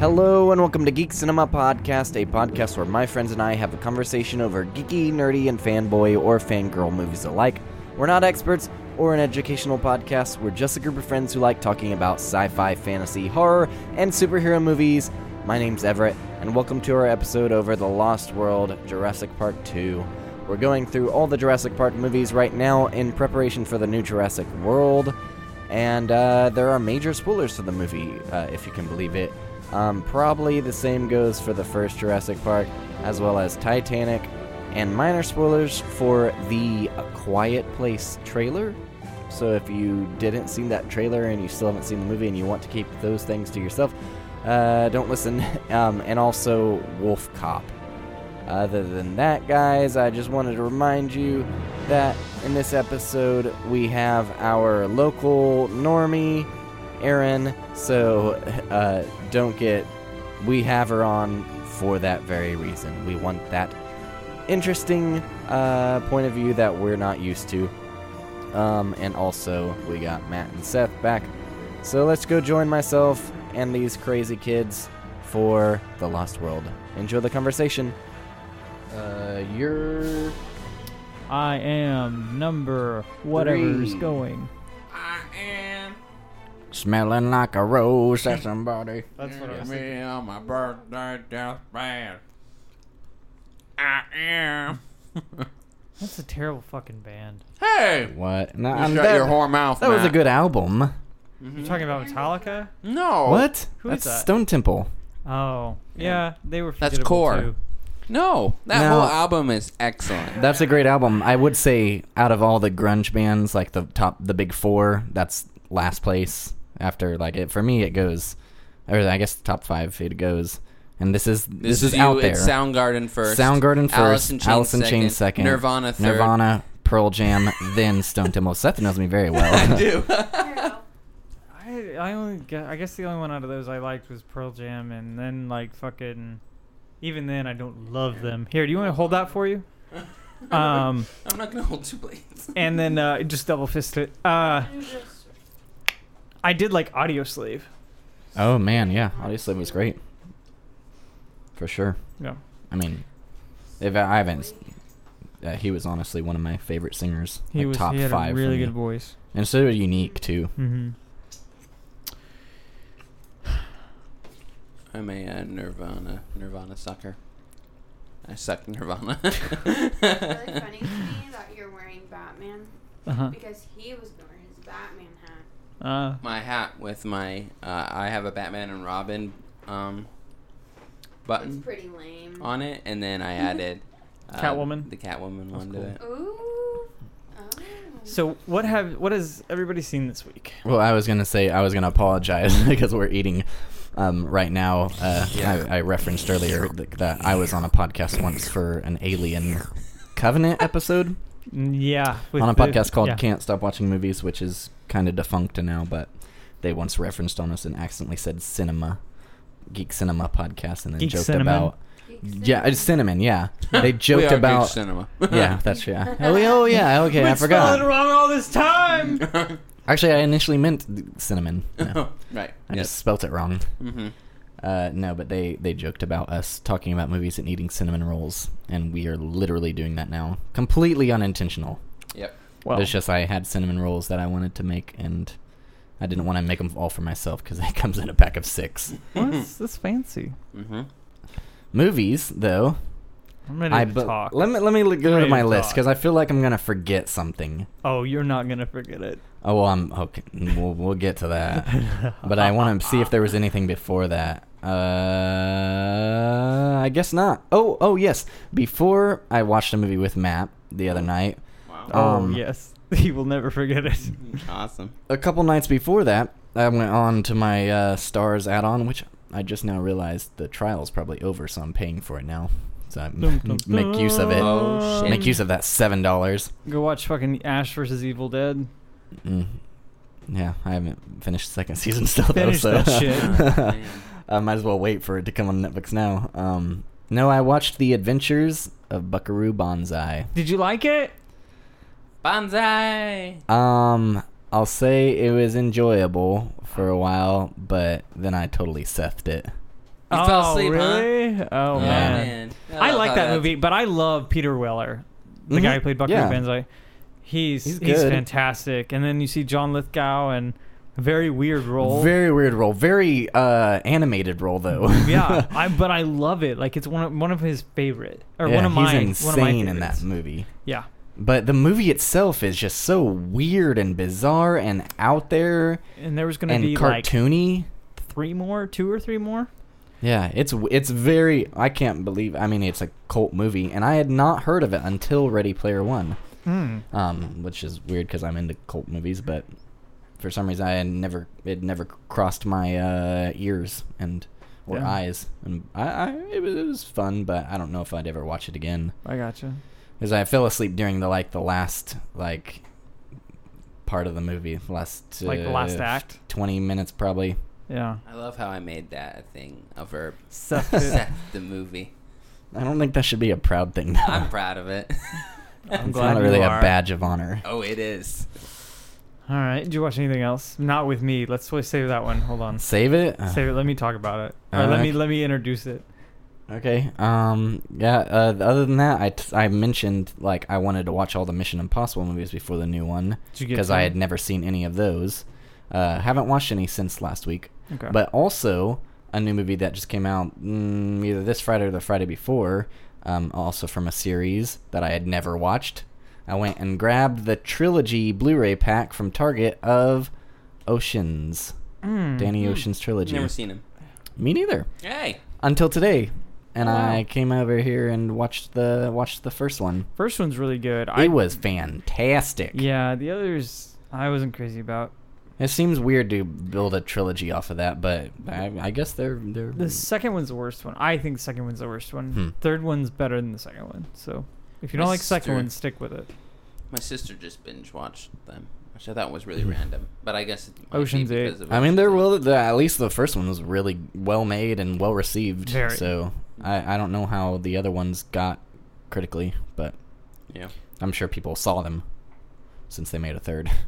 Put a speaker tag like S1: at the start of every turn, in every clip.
S1: Hello and welcome to Geek Cinema Podcast, a podcast where my friends and I have a conversation over geeky, nerdy, and fanboy or fangirl movies alike. We're not experts or an educational podcast, we're just a group of friends who like talking about sci fi, fantasy, horror, and superhero movies. My name's Everett, and welcome to our episode over The Lost World Jurassic Park 2. We're going through all the Jurassic Park movies right now in preparation for the new Jurassic World and uh, there are major spoilers for the movie, uh, if you can believe it. Um, probably the same goes for the first Jurassic Park, as well as Titanic, and minor spoilers for the A Quiet Place trailer. So if you didn't see that trailer and you still haven't seen the movie and you want to keep those things to yourself, uh, don't listen. Um, and also Wolf Cop. Other than that, guys, I just wanted to remind you that in this episode we have our local normie, Erin. So uh, don't get. We have her on for that very reason. We want that interesting uh, point of view that we're not used to. Um, and also, we got Matt and Seth back. So let's go join myself and these crazy kids for The Lost World. Enjoy the conversation. Uh, you're.
S2: I am number whatever's
S1: Three.
S2: going.
S1: Smelling like a rose at somebody.
S2: That's what I was
S3: me on my birthday just bad. I am.
S2: That's a terrible fucking band.
S3: Hey!
S1: What? No,
S3: You
S1: I'm-
S3: shut
S1: Um, that,
S3: your whore mouth.
S1: that was a
S3: Matt.
S1: good album. Mm-hmm.
S2: You're talking about Metallica?
S4: Oh.
S3: No.
S1: What?
S2: Who
S1: That's
S2: is that?
S1: Stone Temple.
S2: Oh, yeah, they were.
S4: That's
S2: forgettable,
S4: core.
S2: Too.
S4: No, that
S1: No.
S4: whole album is excellent.
S1: That's a great album. I would say out of all the grunge bands, like the top, the big four, that's last place. After like it for me, it goes, or I guess the top five it goes. And this is this, is
S4: you,
S1: out there.
S4: It's Soundgarden first.
S1: Soundgarden first,
S4: Alice in Chains,
S1: Alice in
S4: second,
S1: Chains second,
S4: Nirvana third.
S1: Nirvana, Pearl Jam, then Stone Temple. Seth knows me very well.
S4: I do.
S2: I I only gu- I guess the only one out of those I liked was Pearl Jam, and then like fucking. Even then, I don't love them. Here, do you want to hold that for you? Um,
S4: I'm not gonna hold two blades.
S2: and then uh, just double fist it. Uh, I did like Audio Slave.
S1: Oh man, yeah, obviously it was great, for sure.
S2: Yeah.
S1: I mean, if I haven't, uh, he was honestly one of my favorite singers.
S2: He
S1: like
S2: was
S1: top
S2: he had
S1: five,
S2: a
S1: for
S2: really
S1: me.
S2: good voice.
S1: and so unique too.
S2: Mm-hmm.
S4: I'm a uh, Nirvana, Nirvana sucker. I suck Nirvana.
S5: really funny to me that you're wearing Batman
S2: Uh-huh.
S5: because he was going to wear his Batman hat.
S2: Uh
S4: my hat with my, uh, I have a Batman and Robin, um,
S5: It's
S4: button
S5: pretty lame.
S4: Uh, on it, and then I
S1: Mm-hmm.
S4: added. Uh,
S2: Catwoman?
S4: The Catwoman
S2: That's
S4: one
S2: cool.
S4: to it.
S5: Ooh. Oh.
S2: So what have what has everybody seen this week?
S1: Well, I was gonna say I was gonna apologize because we're eating um, right now. Uh,
S4: Yeah.
S1: I, I referenced earlier th- that I was on a podcast once for an Alien Covenant episode
S2: Mm, Yeah, with
S1: on a
S2: the-
S1: podcast called
S2: yeah.
S1: "Can't Stop Watching Movies," which is kind of defunct now, but they once referenced on us and accidentally said "cinema." Geek Cinema podcast and then
S2: Geek
S1: joked
S2: Cinnamon?
S1: about Yeah, it's cinnamon. Yeah, they
S4: we are
S1: joked
S4: good
S1: about.
S4: cinema.
S1: Yeah, that's yeah. Oh, yeah, oh, yeah. Okay, I
S2: Been spelling it
S1: forgot.
S2: wrong all this
S1: Um,
S2: time.
S1: Actually, I initially meant th- cinnamon. No,
S4: right.
S1: I just spelt it wrong.
S4: Mm-hmm.
S1: Uh, no, but they they joked about us talking about movies and eating cinnamon rolls, and we are literally doing that now, completely unintentional.
S4: Yep.
S2: Well,
S1: It's just I had cinnamon rolls that I wanted to make, and I didn't want to make them all for myself because it comes in a pack of six.
S2: what's this fancy?
S4: Mm-hmm.
S1: Movies, though,
S2: I'm ready
S1: I
S2: to
S1: bu-
S2: talk.
S1: let me let me go to
S2: Ready to
S1: my list
S2: talk.
S1: because I feel like I'm gonna forget something.
S2: oh, you're not gonna forget it.
S1: Oh, well, I'm okay. We'll, we'll get to that, but I want to see if there was anything before that. Uh, I guess not. Oh, oh yes. Before I watched a movie with Matt the other night,
S4: Wow.
S1: Um,
S2: oh yes, you will never forget it.
S4: Awesome.
S1: a couple nights before that, I went on to my uh, Stars add-on, which I just now realized the trial's probably over, so I'm paying for it now. So I
S2: Dum, dum,
S1: make use of it.
S4: Oh, shit.
S1: Make use of that seven dollars.
S2: Go watch fucking Ash versus Evil Dead.
S1: Mm. Yeah, I haven't finished the second season still though.
S2: Finish
S1: so.
S2: that shit.
S4: Man.
S1: I might as well wait for it to come on Netflix now. Um, no, I watched The Adventures of Buckaroo Banzai.
S2: Did you like it?
S4: Bonsai.
S1: Um, I'll say it was enjoyable for a while, but then I totally sethed it.
S4: You
S2: oh,
S4: fell asleep, huh?
S2: really? Oh
S4: Yeah,
S2: man. I like that
S4: thought that's-
S2: movie, but I love Peter Weller, the
S4: Mm-hmm.
S1: Mhm.
S2: guy who played Buckaroo
S1: Yeah.
S2: Banzai. He's
S1: He's
S2: he's,
S1: good.
S2: fantastic. And then you see John Lithgow and a very weird role.
S1: Very weird role. Very uh, animated role, though.
S2: yeah, I but I love it. Like it's one of one of his favorite or
S1: Yeah,
S2: one of my
S1: He's
S2: one of my
S1: insane in that
S2: favorites.
S1: movie.
S2: Yeah.
S1: But the movie itself is just so weird and bizarre and out there
S2: And there was going to
S1: and
S2: be like
S1: cartoony.
S2: three more, two or three more.
S1: Yeah, it's it's very. I can't believe. I mean, it's a cult movie, and I had not heard of it until Ready Player One, um, which is weird because I'm into cult movies, but for some reason I had never it never crossed my uh, ears and or
S2: Yeah.
S1: eyes, and I, I it, was, it was fun, but I don't know if I'd ever watch it again
S2: I gotcha.
S1: because I fell asleep during the like the last like part of the movie, last uh,
S2: Like the last act?
S1: twenty minutes probably.
S2: Yeah.
S4: I love how I made that a thing, a verb.
S2: Seth
S4: Seth the movie.
S1: I don't think that should be a proud thing. Though.
S4: I'm proud of it.
S2: I'm
S1: it's
S2: glad
S1: not
S2: you
S1: really a
S2: are.
S1: badge of honor.
S4: oh, it is.
S2: All right. Did you watch anything else? Not with me. Let's let's save that one. Hold on.
S1: Save it.
S2: Save it. Let me talk about it. Or let
S1: Alright.
S2: me let me introduce it.
S1: Okay. Um. Yeah. Uh, other than that, I, t- I mentioned like I wanted to watch all the Mission Impossible movies before the new one
S2: Did you get
S1: because I
S2: some?
S1: had never seen any of those. Uh, haven't watched any since last week.
S2: Okay.
S1: But also a new movie that just came out mm, either this Friday or the Friday before. Um, also from a series that I had never watched. I went and grabbed the trilogy Blu-ray pack from Target of Oceans,
S2: Mm.
S1: Danny Ocean's trilogy.
S4: Hmm. Never seen him.
S1: Me neither
S4: Hey.
S1: until today, and
S2: Wow.
S1: I came over here and watched the watched the first one.
S2: First one's really good.
S1: it was fantastic.
S2: Yeah, the others I wasn't crazy about.
S1: it seems weird to build a trilogy off of that, but I, I guess they're they're
S2: The second one's the worst one. I think the second one's the worst one.
S1: Hmm.
S2: Third one's better than the second one. So if you
S4: My
S2: don't like the second
S4: sister-
S2: one, stick with it.
S4: My sister just binge watched them, which I thought was really random. But I guess it might be
S2: Ocean's Eight.
S4: because of
S1: I mean,
S4: Ocean's
S1: there
S4: Eight.
S1: will the, at least the first one was really well made and well received.
S2: Very.
S1: So I, I don't know how the other ones got critically, but
S4: Yeah.
S1: I'm sure people saw them since they made a third.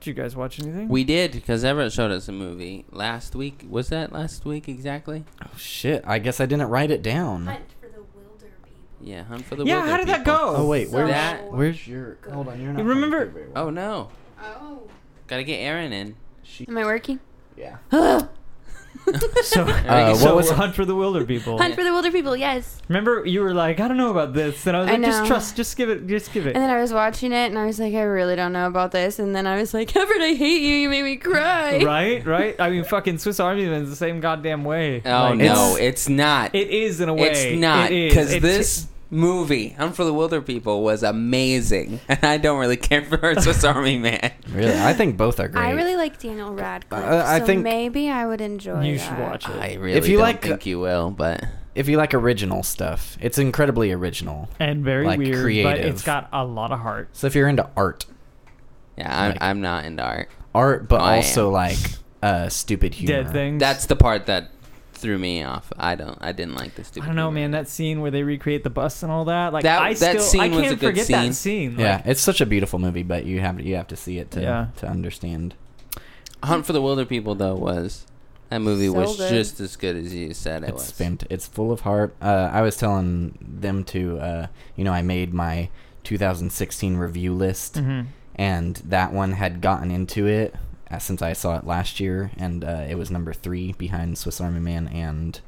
S2: Did you guys watch anything?
S4: We did because Everett showed us a movie last week. Was that last week exactly?
S1: Oh shit! I guess I didn't write it down.
S5: Hunt for the wilder people.
S4: Yeah, Hunt for the
S2: Yeah,
S4: Wilder
S2: how did that
S4: People.
S2: go?
S1: Oh wait,
S5: So
S1: where's
S4: that-
S1: where's your?
S5: good.
S1: Hold on, you're not.
S2: Remember-
S1: coming through very well.
S4: Oh no,
S5: Oh.
S4: gotta get Aaron in.
S1: She,
S5: Am I working?
S1: yeah.
S2: So,
S4: Uh,
S2: so
S1: what was-
S2: Hunt for the Wilder People.
S5: Hunt for the wilder people, yes.
S2: Remember, you were like, I don't know about this, and I was
S5: I
S2: like, just
S5: know.
S2: trust, just give it, just give it.
S5: And then I was watching it and I was like, I really don't know about this. And then I was like, Everett, I hate you. You made me cry.
S2: right, right. I mean, fucking Swiss Army Man's the same goddamn way.
S4: Oh
S2: Like,
S4: no,
S2: it's-
S4: it's not.
S2: it is in a way.
S4: It's not
S2: It is.
S4: because
S2: It-
S4: this movie, Hunt for the Wilder People, was amazing, and I don't really care for Swiss Army Man.
S1: Really, I think both are great.
S5: I really like Daniel Radcliffe.
S1: Uh, I
S5: so
S1: think-
S5: maybe I would enjoy
S2: you
S5: that.
S2: should watch it.
S4: I really
S1: If you
S4: don't
S1: like-
S4: think you will, but
S1: if you like original stuff, it's incredibly original.
S2: and very
S1: like,
S2: weird, but
S1: creative.
S2: it's got a lot of heart.
S1: So if you're into art,
S4: yeah, I'm,
S1: Like-
S4: I'm not into art.
S1: art, but
S4: I am.
S1: also like uh, stupid humor.
S2: Dead things.
S4: That's the part that threw me off. I don't. I didn't like this.
S2: I don't know, man. That scene where they recreate the bus and all that, like
S4: That-
S2: I still,
S4: that scene
S2: I
S4: was a
S2: can't
S4: good
S2: forget
S4: scene.
S2: that scene. Like,
S1: Yeah, it's such a beautiful movie, but you have you have to see it to
S2: Yeah.
S1: to understand.
S4: Hunt for the Wilder People though was that movie
S5: So
S4: was
S5: good.
S4: just as good as you said it
S1: It's
S4: was.
S1: fant- it's full of heart. Uh, I was telling them to, uh, you know, I made my 2016 review list,
S2: mhm.
S1: and that one had gotten into it uh, since I saw it last year, and uh, it was number three behind Swiss Army Man and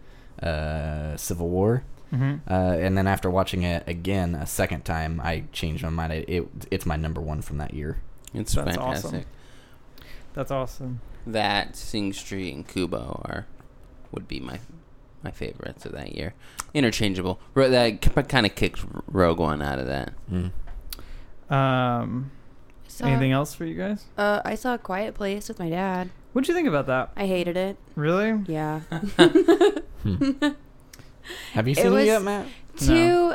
S1: uh, Civil War.
S2: Mhm.
S1: Uh, and then after watching it again a second time, I changed my mind. It, it it's my number one from that year.
S4: It's
S2: That's
S4: fantastic.
S2: awesome. That's awesome.
S4: That Sing Street and Kubo are would be my my favorites of that year. Interchangeable. Ro- that kind of kicked Rogue One out of that.
S1: Mm.
S2: Um,
S5: Saw-
S2: anything else for you guys?
S5: Uh, I saw a quiet place with my dad.
S2: What'd you think about that?
S5: I hated it.
S2: Really?
S5: Yeah.
S1: Hmm. Have you
S5: It
S1: seen it,
S5: was-
S1: yet, Matt?
S5: Too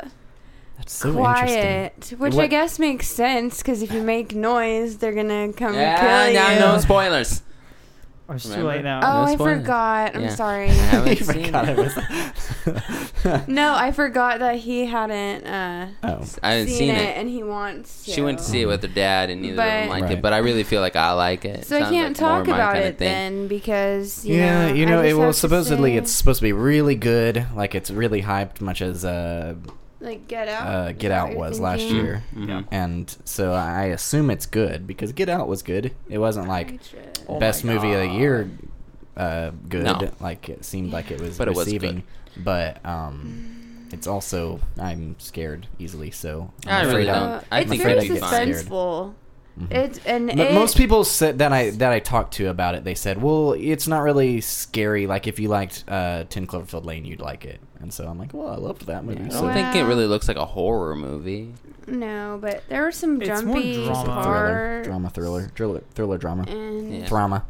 S1: That's so
S5: quiet, which I
S1: What-
S5: guess makes sense because if you make noise, they're gonna come
S4: Yeah,
S5: kill
S4: now
S5: you.
S4: no spoilers.
S2: Oh, it's too
S4: Remember?
S2: late now.
S5: Oh,
S4: No
S5: I
S4: spoilers.
S5: forgot. I'm
S4: Yeah.
S5: sorry.
S4: I haven't
S1: You
S4: seen
S1: forgot it
S4: it.
S1: was-
S5: no, I forgot that he hadn't uh,
S1: Oh.
S4: I haven't
S5: seen,
S4: seen
S5: it,
S4: it.
S5: and he wants. To.
S4: She went to see it with her dad, and neither of them
S5: But-
S4: liked
S1: Right.
S4: it. But I really feel like I like it.
S5: So I
S4: Sounds
S5: can't
S4: like more
S5: talk
S4: my
S5: about
S4: kinda
S5: it
S4: thing.
S5: then because you
S1: yeah,
S5: know,
S1: you
S5: I
S1: know,
S5: just
S1: it,
S5: have
S1: well,
S5: to
S1: supposedly
S5: say,
S1: it's supposed to be really good. Like it's really hyped, much as uh,
S5: like Get Out.
S1: uh,
S5: Is
S1: Get
S5: that
S1: Out
S5: what you're
S1: was last
S5: thinking?
S1: year,
S4: Mhm.
S2: Yeah.
S1: and so I assume it's good because Get Out was good. It wasn't like Oh, um,
S5: Gotcha.
S1: the best
S4: Oh my
S1: movie of the
S4: God.
S1: year. Uh, good.
S4: No.
S1: Like it seemed like it was
S4: But it was
S1: receiving, but um,
S5: Mm.
S1: it's also I'm scared easily. So
S4: I
S1: I'm
S4: really
S1: afraid
S4: don't.
S1: I'll-
S5: Uh,
S4: I
S5: it's
S4: think
S5: very
S4: I'd be fine. Mm-hmm.
S5: suspenseful. It's and
S1: But
S5: it,
S1: most people said, that I that I talked to about it, they said, "Well, it's not really scary. Like if you liked uh, Ten Cloverfield Lane, you'd like it." And so I'm like, "Well, I loved that movie."
S4: I
S1: so
S4: don't think it
S5: Wow.
S4: really looks like a horror movie.
S5: No, but there were some
S2: It's more
S5: jumpy
S2: drama.
S1: thriller,
S5: parts.
S1: drama, thriller, thriller, thriller, drama,
S5: And
S4: Yeah.
S1: drama.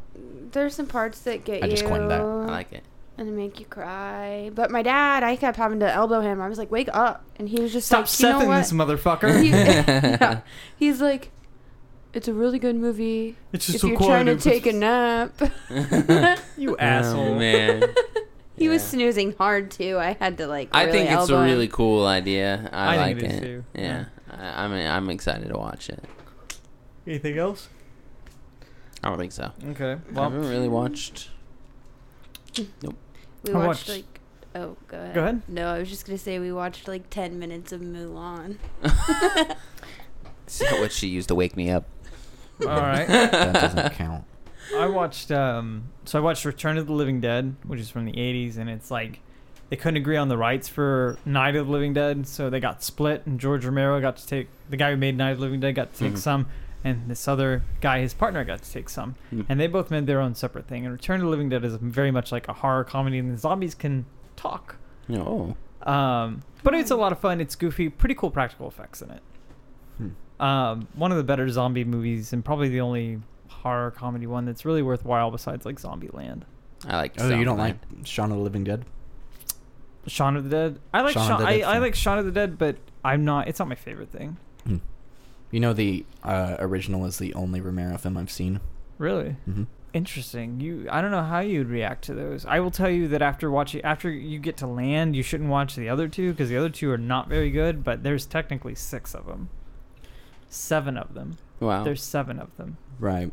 S5: there's some parts that get
S1: I just
S5: you
S1: coined that.
S4: I like it.
S5: and make you cry. But my dad, I kept having to elbow him. I was like, "Wake up!" And he was just
S2: Stop
S5: like, "You know
S2: stepping
S5: what?"
S2: this motherfucker.
S5: He- yeah. He's like, "It's a really good movie.
S2: It's just
S5: if
S2: so
S5: you're
S2: quiet
S5: trying to
S2: and-
S5: take a nap."
S2: you asshole.
S4: Oh, man.
S5: He was
S4: Yeah.
S5: snoozing hard too. I had to like.
S4: I
S5: really
S4: think it's
S5: elbow
S4: a
S5: him.
S4: really cool idea. I,
S2: I
S4: like
S2: think it is,
S4: it.
S2: too.
S4: Yeah, I, I'm I'm excited to watch it.
S2: Anything else?
S4: I don't think so.
S2: Okay.
S4: I
S2: Well,
S4: haven't really watched.
S5: We
S2: I
S5: watched
S2: watched-
S5: like. Oh, go ahead.
S2: Go ahead.
S5: No, I was just gonna say we watched like ten minutes of Mulan.
S4: Is that what she used to wake me up?
S2: all right.
S1: That doesn't count.
S2: I watched um so I watched Return of the Living Dead, which is from the 80s and it's like they couldn't agree on the rights for Night of the Living Dead, so they got split and George Romero got to take the guy who made Night of the Living Dead got to take
S4: Mhm.
S2: some and this other guy, his partner, got to take some,
S4: Mhm.
S2: and they both made their own separate thing. And Return of the Living Dead is very much like a horror comedy, and the zombies can talk.
S4: No. Oh,
S2: Um, but it's a lot of fun. It's goofy. Pretty cool practical effects in it.
S1: Hmm.
S2: Um, one of the better zombie movies, and probably the only horror comedy one that's really worthwhile besides like Zombieland.
S4: I like.
S1: Oh, you don't
S4: Zombieland.
S1: like Shaun of the Living Dead?
S2: Shaun of the Dead. I like Shaun.
S1: Shaun of the
S2: I,
S1: Dead,
S2: I
S1: yeah.
S2: like Shaun of the Dead, but I'm not. It's not my favorite thing.
S1: Hmm. You know the uh, original is the only Romero film I've seen.
S2: Really
S1: hmm
S2: interesting. You. I don't know how you'd react to those. I will tell you that after watching, after you get to land, you shouldn't watch the other two because the other two are not very good. But there's technically six of them. Seven of them.
S1: Oh.
S4: Wow.
S2: There's seven of them.
S1: Right.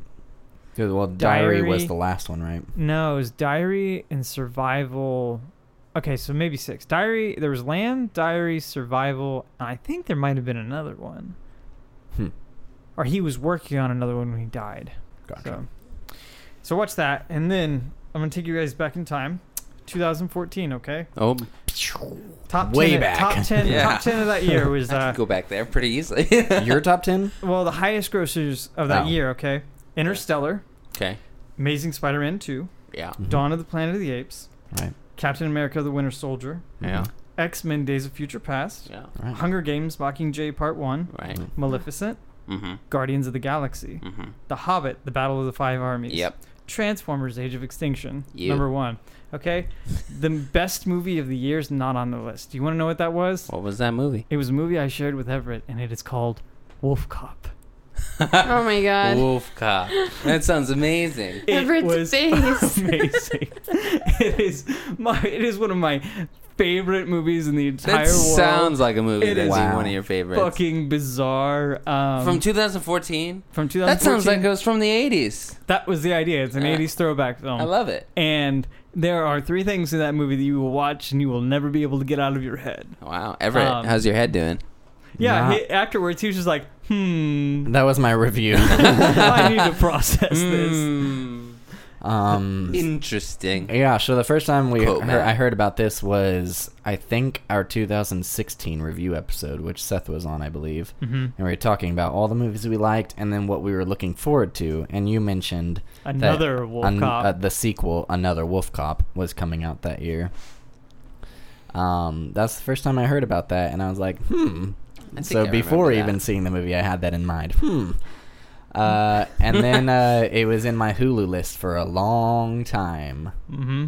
S1: Yeah, Well, Diary, was
S2: Diary.
S1: the last one, right?
S2: No, it was Diary and Survival. Okay, so maybe six. Diary. There was Land, Diary, Survival. and I think there might have been another one,
S1: Hmm.
S2: or he was working on another one when he died.
S1: Gotcha.
S2: So, so watch that, and then I'm gonna take you guys back in time, 2014. Okay,
S4: oh,
S2: top
S1: Way
S2: 10,
S1: back.
S2: Top ten.
S4: Yeah.
S2: Top ten of that year was
S4: I
S2: uh,
S4: could go back there pretty easily.
S1: Your top ten?
S2: well the highest grossers of that
S1: Oh.
S2: year. Okay, Interstellar,
S4: okay.
S2: Amazing Spider-Man 2,
S4: Yeah.
S2: Dawn of the Planet of the Apes,
S1: Mm-hmm. Right. Mm-hmm.
S2: Captain America: The Winter Soldier,
S4: Yeah.
S2: X-Men: Days of Future Past,
S4: Yeah.
S1: Right.
S2: Hunger Games: Mockingjay Part One,
S4: Right.
S2: Maleficent,
S4: Mm-hmm.
S2: Guardians of the Galaxy,
S4: Mm-hmm.
S2: The Hobbit: The Battle of the Five Armies.
S4: Yep.
S2: Transformers: Age of Extinction,
S4: You.
S2: number one. Okay, the best movie of the year is not on the list. Do you want to know what that was?
S4: What was that movie?
S2: It was a movie I shared with Everett, and it is called Wolf Cop.
S5: oh my god.
S4: Wolf Cop. That sounds amazing.
S2: It
S5: Everett's
S2: was
S5: face.
S2: amazing. it is my. It is one of my favorite movies in the entire
S4: That
S2: world.
S4: sounds like a movie
S2: It
S4: that'd
S2: is
S4: be one of your favorites.
S2: fucking bizarre. Um,
S4: From 2014.
S2: from 2014.
S4: That sounds like it was from the 80s.
S2: that was the idea. It's an
S4: Uh,
S2: 80s throwback film.
S4: I love it.
S2: and there are three things in that movie that you will watch and you will never be able to get out of your head.
S4: Wow, Everett,
S2: Um,
S4: how's your head doing?
S2: Yeah,
S1: Nah.
S2: he, afterwards he was just like, hmm,
S1: That was my review.
S2: I need to process
S1: Hmm.
S2: this.
S4: Mm,
S1: um,
S4: interesting.
S1: yeah. So the first time we
S4: Quote,
S1: heard,
S4: man.
S1: I heard about this was I think our 2016 review episode, which Seth was on, I believe,
S2: Mm-hmm.
S1: and we were talking about all the movies we liked and then what we were looking forward to. And you mentioned that
S2: Another wolf
S1: an-
S2: cop.
S1: uh, the sequel, another Wolf Cop, was coming out that year. Um, that's the first time I heard about that, and I was like, hmm.
S4: I think I
S1: So
S4: remember
S1: before
S4: that.
S1: even seeing the movie, I had that in mind. Hmm. Uh, and then uh, it was in my Hulu list for a long time.
S2: mm-hmm.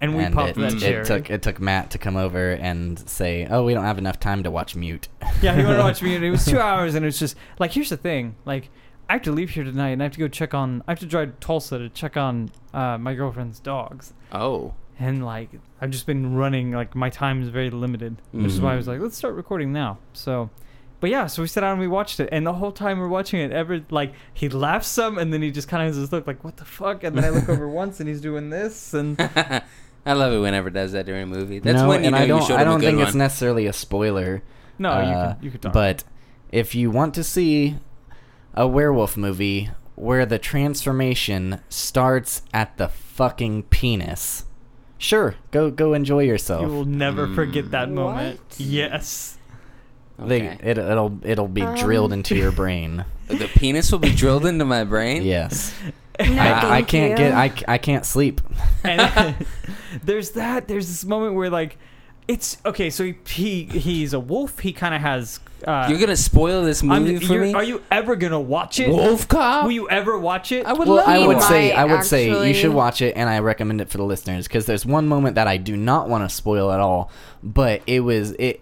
S2: And we
S1: it,
S2: popped that
S1: it
S2: cherry.
S1: took it took Matt to come over and say, "Oh, we don't have enough time to watch Mute."
S2: yeah, he wanted to watch me, and it was two hours, and it's just like, here's the thing, like. I have to leave here tonight, and I have to go check on. I have to drive to Tulsa to check on uh, my girlfriend's dogs.
S4: Oh.
S2: And like, I've just been running. Like, my time is very limited, which is why I was
S4: Mhm.
S2: like, let's start recording now. So, but yeah, so we sat down and we watched it, and the whole time we're watching it, ever like he laughs some, and then he just kind of has this look like, what the fuck? And then I look over once, and he's doing this, and
S4: I love it whenever it does that during a movie. That's
S1: no,
S4: when you
S1: and
S4: know
S1: I don't.
S4: you showed
S1: I don't
S4: him a good
S1: think
S4: one.
S1: it's necessarily a spoiler.
S2: no, you
S1: uh,
S2: can you can talk.
S1: But if you want to see a werewolf movie where the transformation starts at the fucking penis, sure, go go enjoy yourself.
S2: you will never forget
S4: mm.
S2: that moment.
S5: What?
S2: Yes.
S1: They-
S4: Okay.
S1: it, it'll it'll be drilled
S5: Um.
S1: into your brain.
S4: the penis will be drilled into my brain.
S1: yes, I,
S5: No,
S1: I
S5: thank
S1: can't
S5: you.
S1: get I, c- I can't sleep.
S2: and there's that there's this moment where like it's okay so he, he he's a wolf he kind of has uh
S4: You're gonna spoil this
S2: I'm-
S4: movie for
S2: you're-
S4: me.
S2: are you ever gonna watch it
S4: Wolf Cop?
S2: will you ever watch it
S4: I would
S1: Well,
S4: love
S1: I
S4: to
S5: you
S1: would
S4: watch
S1: say
S5: might
S1: I would say you should
S5: actually-
S1: watch it, and I recommend it for the listeners because there's one moment that I do not want to spoil at all, but it was it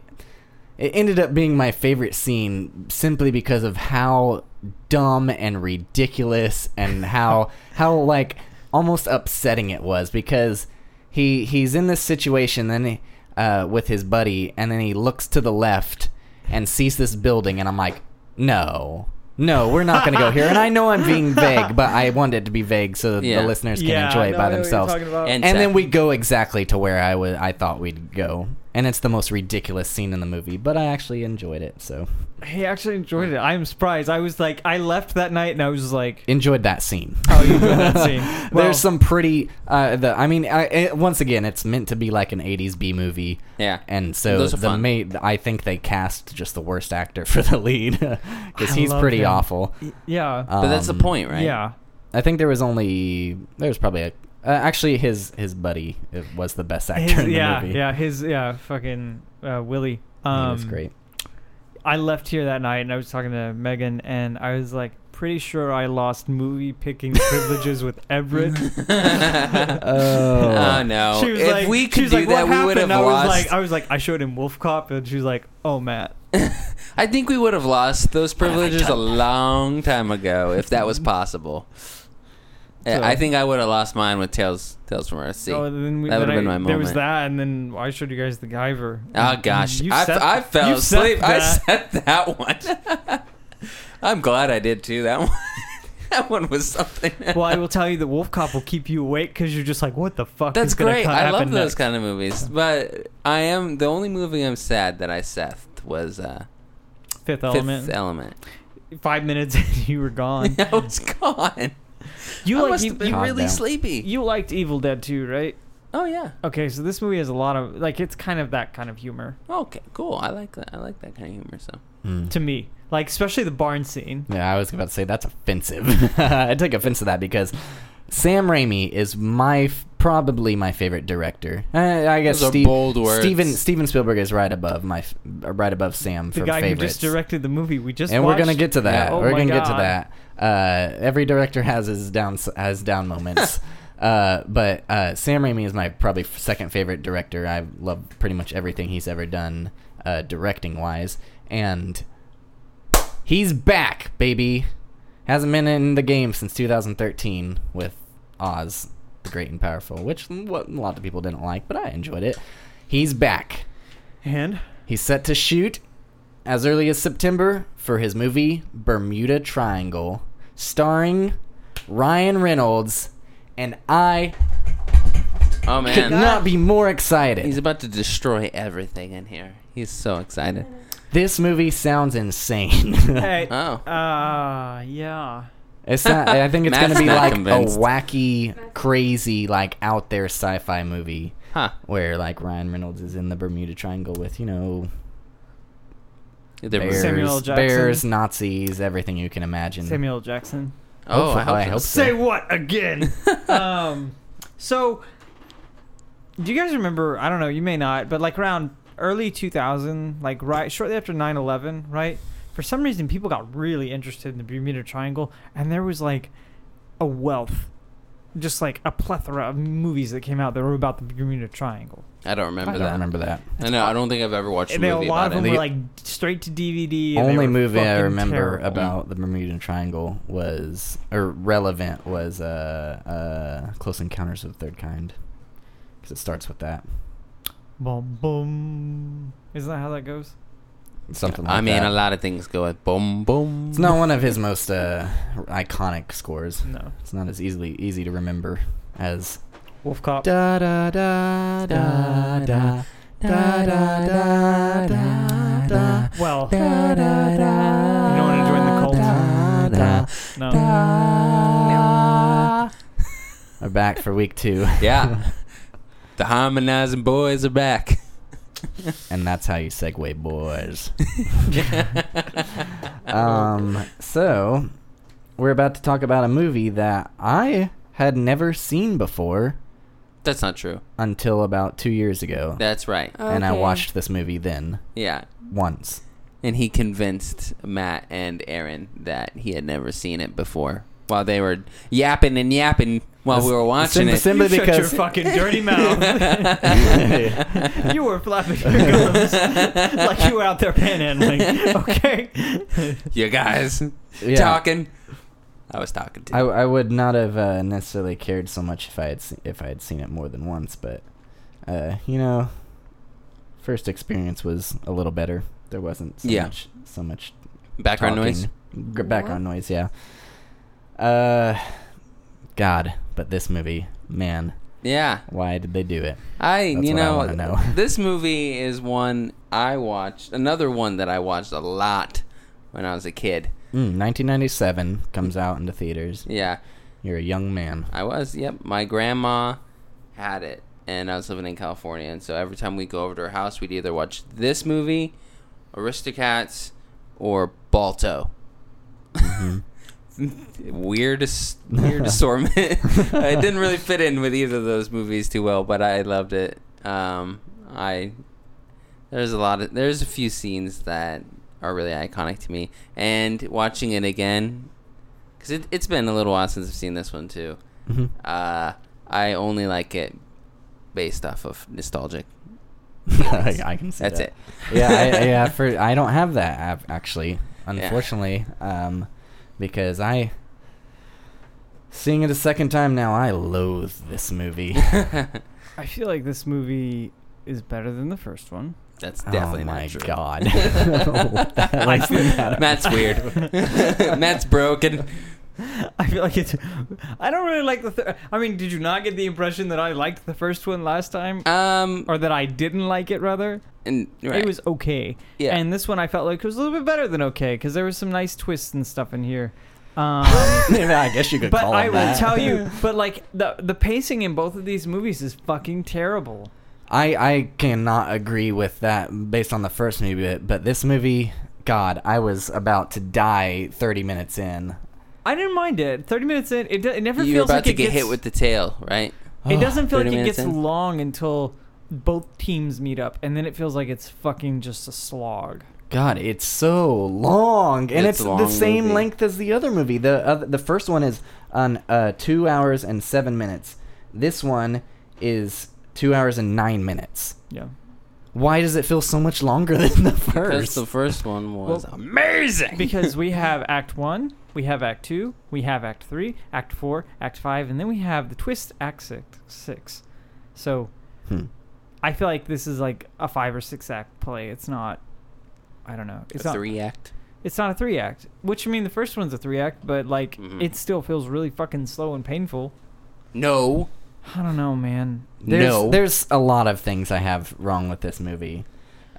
S1: it ended up being my favorite scene simply because of how dumb and ridiculous and how how like almost upsetting it was because he he's in this situation then he, uh, with his buddy and then he looks to the left and sees this building and I'm like no no we're not gonna go here and I know I'm being vague but I wanted it to be vague so that
S4: Yeah.
S1: the listeners can
S2: Yeah,
S1: enjoy
S2: no,
S1: it by
S2: I know what you're
S1: themselves
S2: talking about.
S4: And-
S1: and
S4: Exactly.
S1: then we go exactly to where I was. I thought we'd go, and it's the most ridiculous scene in the movie. But I actually enjoyed it. So
S2: he actually enjoyed it i'm surprised i was like i left that night and i was just like
S1: enjoyed that scene.
S2: oh you enjoyed that scene Well,
S1: There's some pretty. Uh, the I mean, I, it, once again, it's meant to be like an '80s B movie.
S4: Yeah.
S1: and so
S4: Those are
S1: the
S4: fun.
S1: mate. I think they cast just the worst actor for the lead because
S2: I
S1: he's
S2: love
S1: pretty
S2: him.
S1: awful.
S2: yeah
S4: but that's the
S1: Um,
S4: point, right?
S2: yeah
S1: I think there was only there was probably a. Uh, actually, his his buddy uh, was the best actor
S2: His-
S1: in the
S2: yeah
S1: movie.
S2: yeah his yeah fucking uh willie um
S1: he was great.
S2: I left here that night and I was talking to Megan and I was like, pretty sure I lost movie picking privileges with Everett.
S1: Oh.
S4: oh no!
S2: She was
S4: if
S2: like,
S4: we
S2: she
S4: could
S2: was
S4: do
S2: like,
S4: that,
S2: "What
S4: we would have
S2: happened?" I
S4: lost.
S2: Was like, I was like, I showed him Wolf Cop and she was like, oh Matt.
S4: I think we would have lost those
S1: have I
S4: privileges a
S1: done?
S4: long time ago if that was possible. Yeah,
S2: So-
S4: I think I would have lost mine with Tales Tales from Earth Sea.
S2: Oh, and then we,
S4: that
S2: then
S4: would have been
S2: I-
S4: my
S2: There was
S4: moment.
S2: that, and then I showed you guys the Guyver.
S4: Oh
S2: And
S4: gosh,
S2: you
S4: I,
S2: set-
S4: I fell
S2: you set
S4: asleep. I
S2: that.
S4: said that one. I'm glad I did too. That one, that one was something.
S2: well, I will tell you that Wolf Cop will keep you awake because you're just like, what the fuck?
S4: That's
S2: is gonna
S4: great.
S2: co-
S4: I love
S2: happen
S4: those
S2: next?
S4: kind of movies. But I am the only movie I'm sad that I sethed was uh,
S2: Fifth Element.
S4: Fifth Element.
S2: Five minutes and you were gone.
S4: I was gone.
S2: You
S4: I
S2: like
S4: must
S2: you,
S4: have been
S1: Calm
S4: really
S1: down.
S4: sleepy.
S2: you liked Evil Dead 2, right?
S4: oh yeah.
S2: Okay, so this movie has a lot of like it's kind of that kind of humor
S4: Okay. Cool. I like that. I like that kind of humor. So
S1: Mm.
S2: to me. Like especially the barn scene.
S1: Yeah, I was about to say that's offensive. I took offense to that because Sam Raimi is my f- probably my favorite director. Uh, I, I guess
S4: Those are
S1: Steve,
S4: bold words.
S1: Steven Steven Spielberg is right above my f- right above
S4: Mm,
S1: Sam
S2: The
S1: for
S2: guy
S1: favorites.
S2: who just directed the movie we just
S1: and we're gonna
S2: watched.
S1: get to that.
S4: Yeah, oh
S1: we're
S2: my
S1: gonna get to
S2: God.
S1: that. Uh, every director has his down has down moments. Uh, but uh, Sam Raimi is my probably f- second favorite director. I love pretty much everything he's ever done, uh, directing wise. And he's back, baby. Hasn't been in the game since 2013 with Oz, the Great and Powerful, which what, a lot of people didn't like, but I enjoyed it. He's back.
S2: And
S1: He's set to shoot as early as September for his movie Bermuda Triangle, starring Ryan Reynolds, and I
S4: Oh
S1: could
S4: man,
S1: not be more excited.
S4: he's about to destroy everything in here. He's so excited.
S1: this movie sounds insane.
S2: hey,
S4: Oh.
S2: uh, yeah.
S1: it's not, I think it's going to
S4: Matt's
S1: be
S4: not
S1: like
S4: convinced.
S1: a wacky, crazy, like out there sci-fi movie
S4: Huh?
S1: where like Ryan Reynolds is in the Bermuda Triangle with you know
S4: There was-
S1: bears,
S2: Samuel L. Jackson.
S1: bears, Nazis, everything you can imagine.
S2: Samuel Jackson.
S4: Oh, I
S1: Hopefully-
S4: hope,
S1: I hope
S4: so.
S2: Say what again? um, so do you guys remember? I don't know. You may not, but like around early 2000, like right shortly after 9/11, right? For some reason, people got really interested in the Bermuda Triangle, and there was like a wealth, just like a plethora of movies that came out that were about the Bermuda Triangle.
S4: I don't remember
S1: I
S4: that.
S1: don't remember that.
S4: I know. I don't think I've ever watched a
S2: And then a
S4: movie
S2: lot of
S4: about
S2: them
S4: it.
S2: were like straight to DVD. and they
S1: only
S2: were
S1: movie I
S2: fucking
S1: remember
S2: terrible.
S1: about the Bermuda Triangle was or relevant was uh, uh, Close Encounters of the Third Kind because it starts with that
S2: Boom, boom. Isn't that how that goes?
S1: something. Like
S4: I mean,
S1: that.
S4: a lot of things go like boom, boom.
S1: It's not one of his most uh, iconic scores.
S2: No.
S1: It's not as easily easy to remember as
S2: Wolf Cop.
S1: da da da da da da da da da da.
S2: Well,
S1: You don't
S2: wanna join the cult? no.
S1: We're back for week two,
S4: Yeah. the harmonizing boys are back.
S1: and that's how you segue, boys.
S4: Oh.
S1: um, so we're about to talk about a movie that I had never seen before
S4: That's not true.
S1: until about two years ago,
S4: That's right.
S1: and I
S5: Okay.
S1: watched this movie then
S4: Yeah.
S1: once.
S4: And he convinced Matt and Aaron that he had never seen it before while they were yapping and yapping while we were watching it.
S1: Simply
S2: you
S1: because
S2: shut your fucking dirty mouth. you were flapping your gums like you were out there panhandling. Okay.
S4: You guys
S1: Yeah.
S4: talking. I was talking to
S1: I,
S4: you.
S1: I would not have uh, necessarily cared so much if I had se- if I had seen it more than once, but uh, you know, first experience was a little better. There wasn't so
S4: Yeah.
S1: much so much
S4: background
S1: talking.
S4: noise.
S1: Gr- background noise. Yeah. Uh, God, but this movie, man,
S4: Yeah.
S1: why did they do it?
S4: I
S1: That's
S4: you
S1: what I
S4: know,
S1: wanna know.
S4: this movie is one I watched another one that I watched a lot when I was a kid.
S1: Mm, 1997 comes out into theaters.
S4: Yeah.
S1: You're a young man.
S4: I was, yep. My grandma had it and I was living in California and so every time we go over to her house we'd either watch this movie, Aristocats, or Balto. weird as- weird assortment. it didn't really fit in with either of those movies too well, but I loved it. Um, I there's a lot of there's a few scenes that are really iconic to me, and watching it again because it, it's been a little while since I've seen this one too.
S1: Mhm.
S4: Uh, I only like it based off of nostalgic.
S1: I, I can see
S4: That's
S1: that.
S4: it.
S1: yeah, I, yeah. For I don't have that app actually, unfortunately, um, because I seeing it a second time now. I loathe this movie. Um,
S2: I feel like this movie is better than the first one.
S4: That's
S1: oh
S4: definitely
S1: my
S4: not true.
S1: god! What the hell is that?
S4: Matt's weird. Matt's broken.
S2: I feel like it's. I don't really like the. Th- I mean, did you not get the impression that I liked the first one last time,
S4: Um,
S2: or that I didn't like it rather?
S4: and, right.
S2: It was okay.
S4: Yeah.
S2: And this one I felt like was a little bit better than okay because there was some nice twists and stuff in here. Um,
S1: I guess you could
S2: but
S1: call
S2: I
S1: it
S2: will
S1: that.
S2: tell you, but like the the pacing in both of these movies is fucking terrible.
S1: I I cannot agree with that based on the first movie, but, but this movie, God, I was about to die thirty minutes in.
S2: I didn't mind it. Thirty minutes in, it, do- it never
S4: You're
S2: feels
S4: about
S2: like
S4: to
S2: it
S4: get
S2: gets,
S4: hit with the tail, right?
S2: It doesn't feel
S4: 30
S2: like it
S4: minutes
S2: gets
S4: in.
S2: long until both teams meet up, and then it feels like it's fucking just a slog.
S1: God, it's so long, and
S4: It's
S1: it's,
S4: a long
S1: the same
S4: movie.
S1: length as the other movie. The other, the first one is on uh, two hours and seven minutes. This one is two hours and nine minutes.
S2: Yeah.
S1: Why does it feel so much longer than the
S4: Because
S1: first?
S4: the first one was
S2: Well,
S4: amazing.
S2: because we have Act One, we have Act Two, we have Act Three, Act Four, Act Five, and then we have the twist Act Six. six. So
S1: Hmm.
S2: I feel like this is like a five or six act play. It's not. I don't know. It's
S4: a
S2: not.
S4: three act.
S2: It's not a three act. Which I mean, the first one's a three act, but like
S4: Mhm.
S2: it still feels really fucking slow and painful.
S4: No.
S2: I don't know, man.
S1: There's,
S4: no.
S1: there's a lot of things I have wrong with this movie.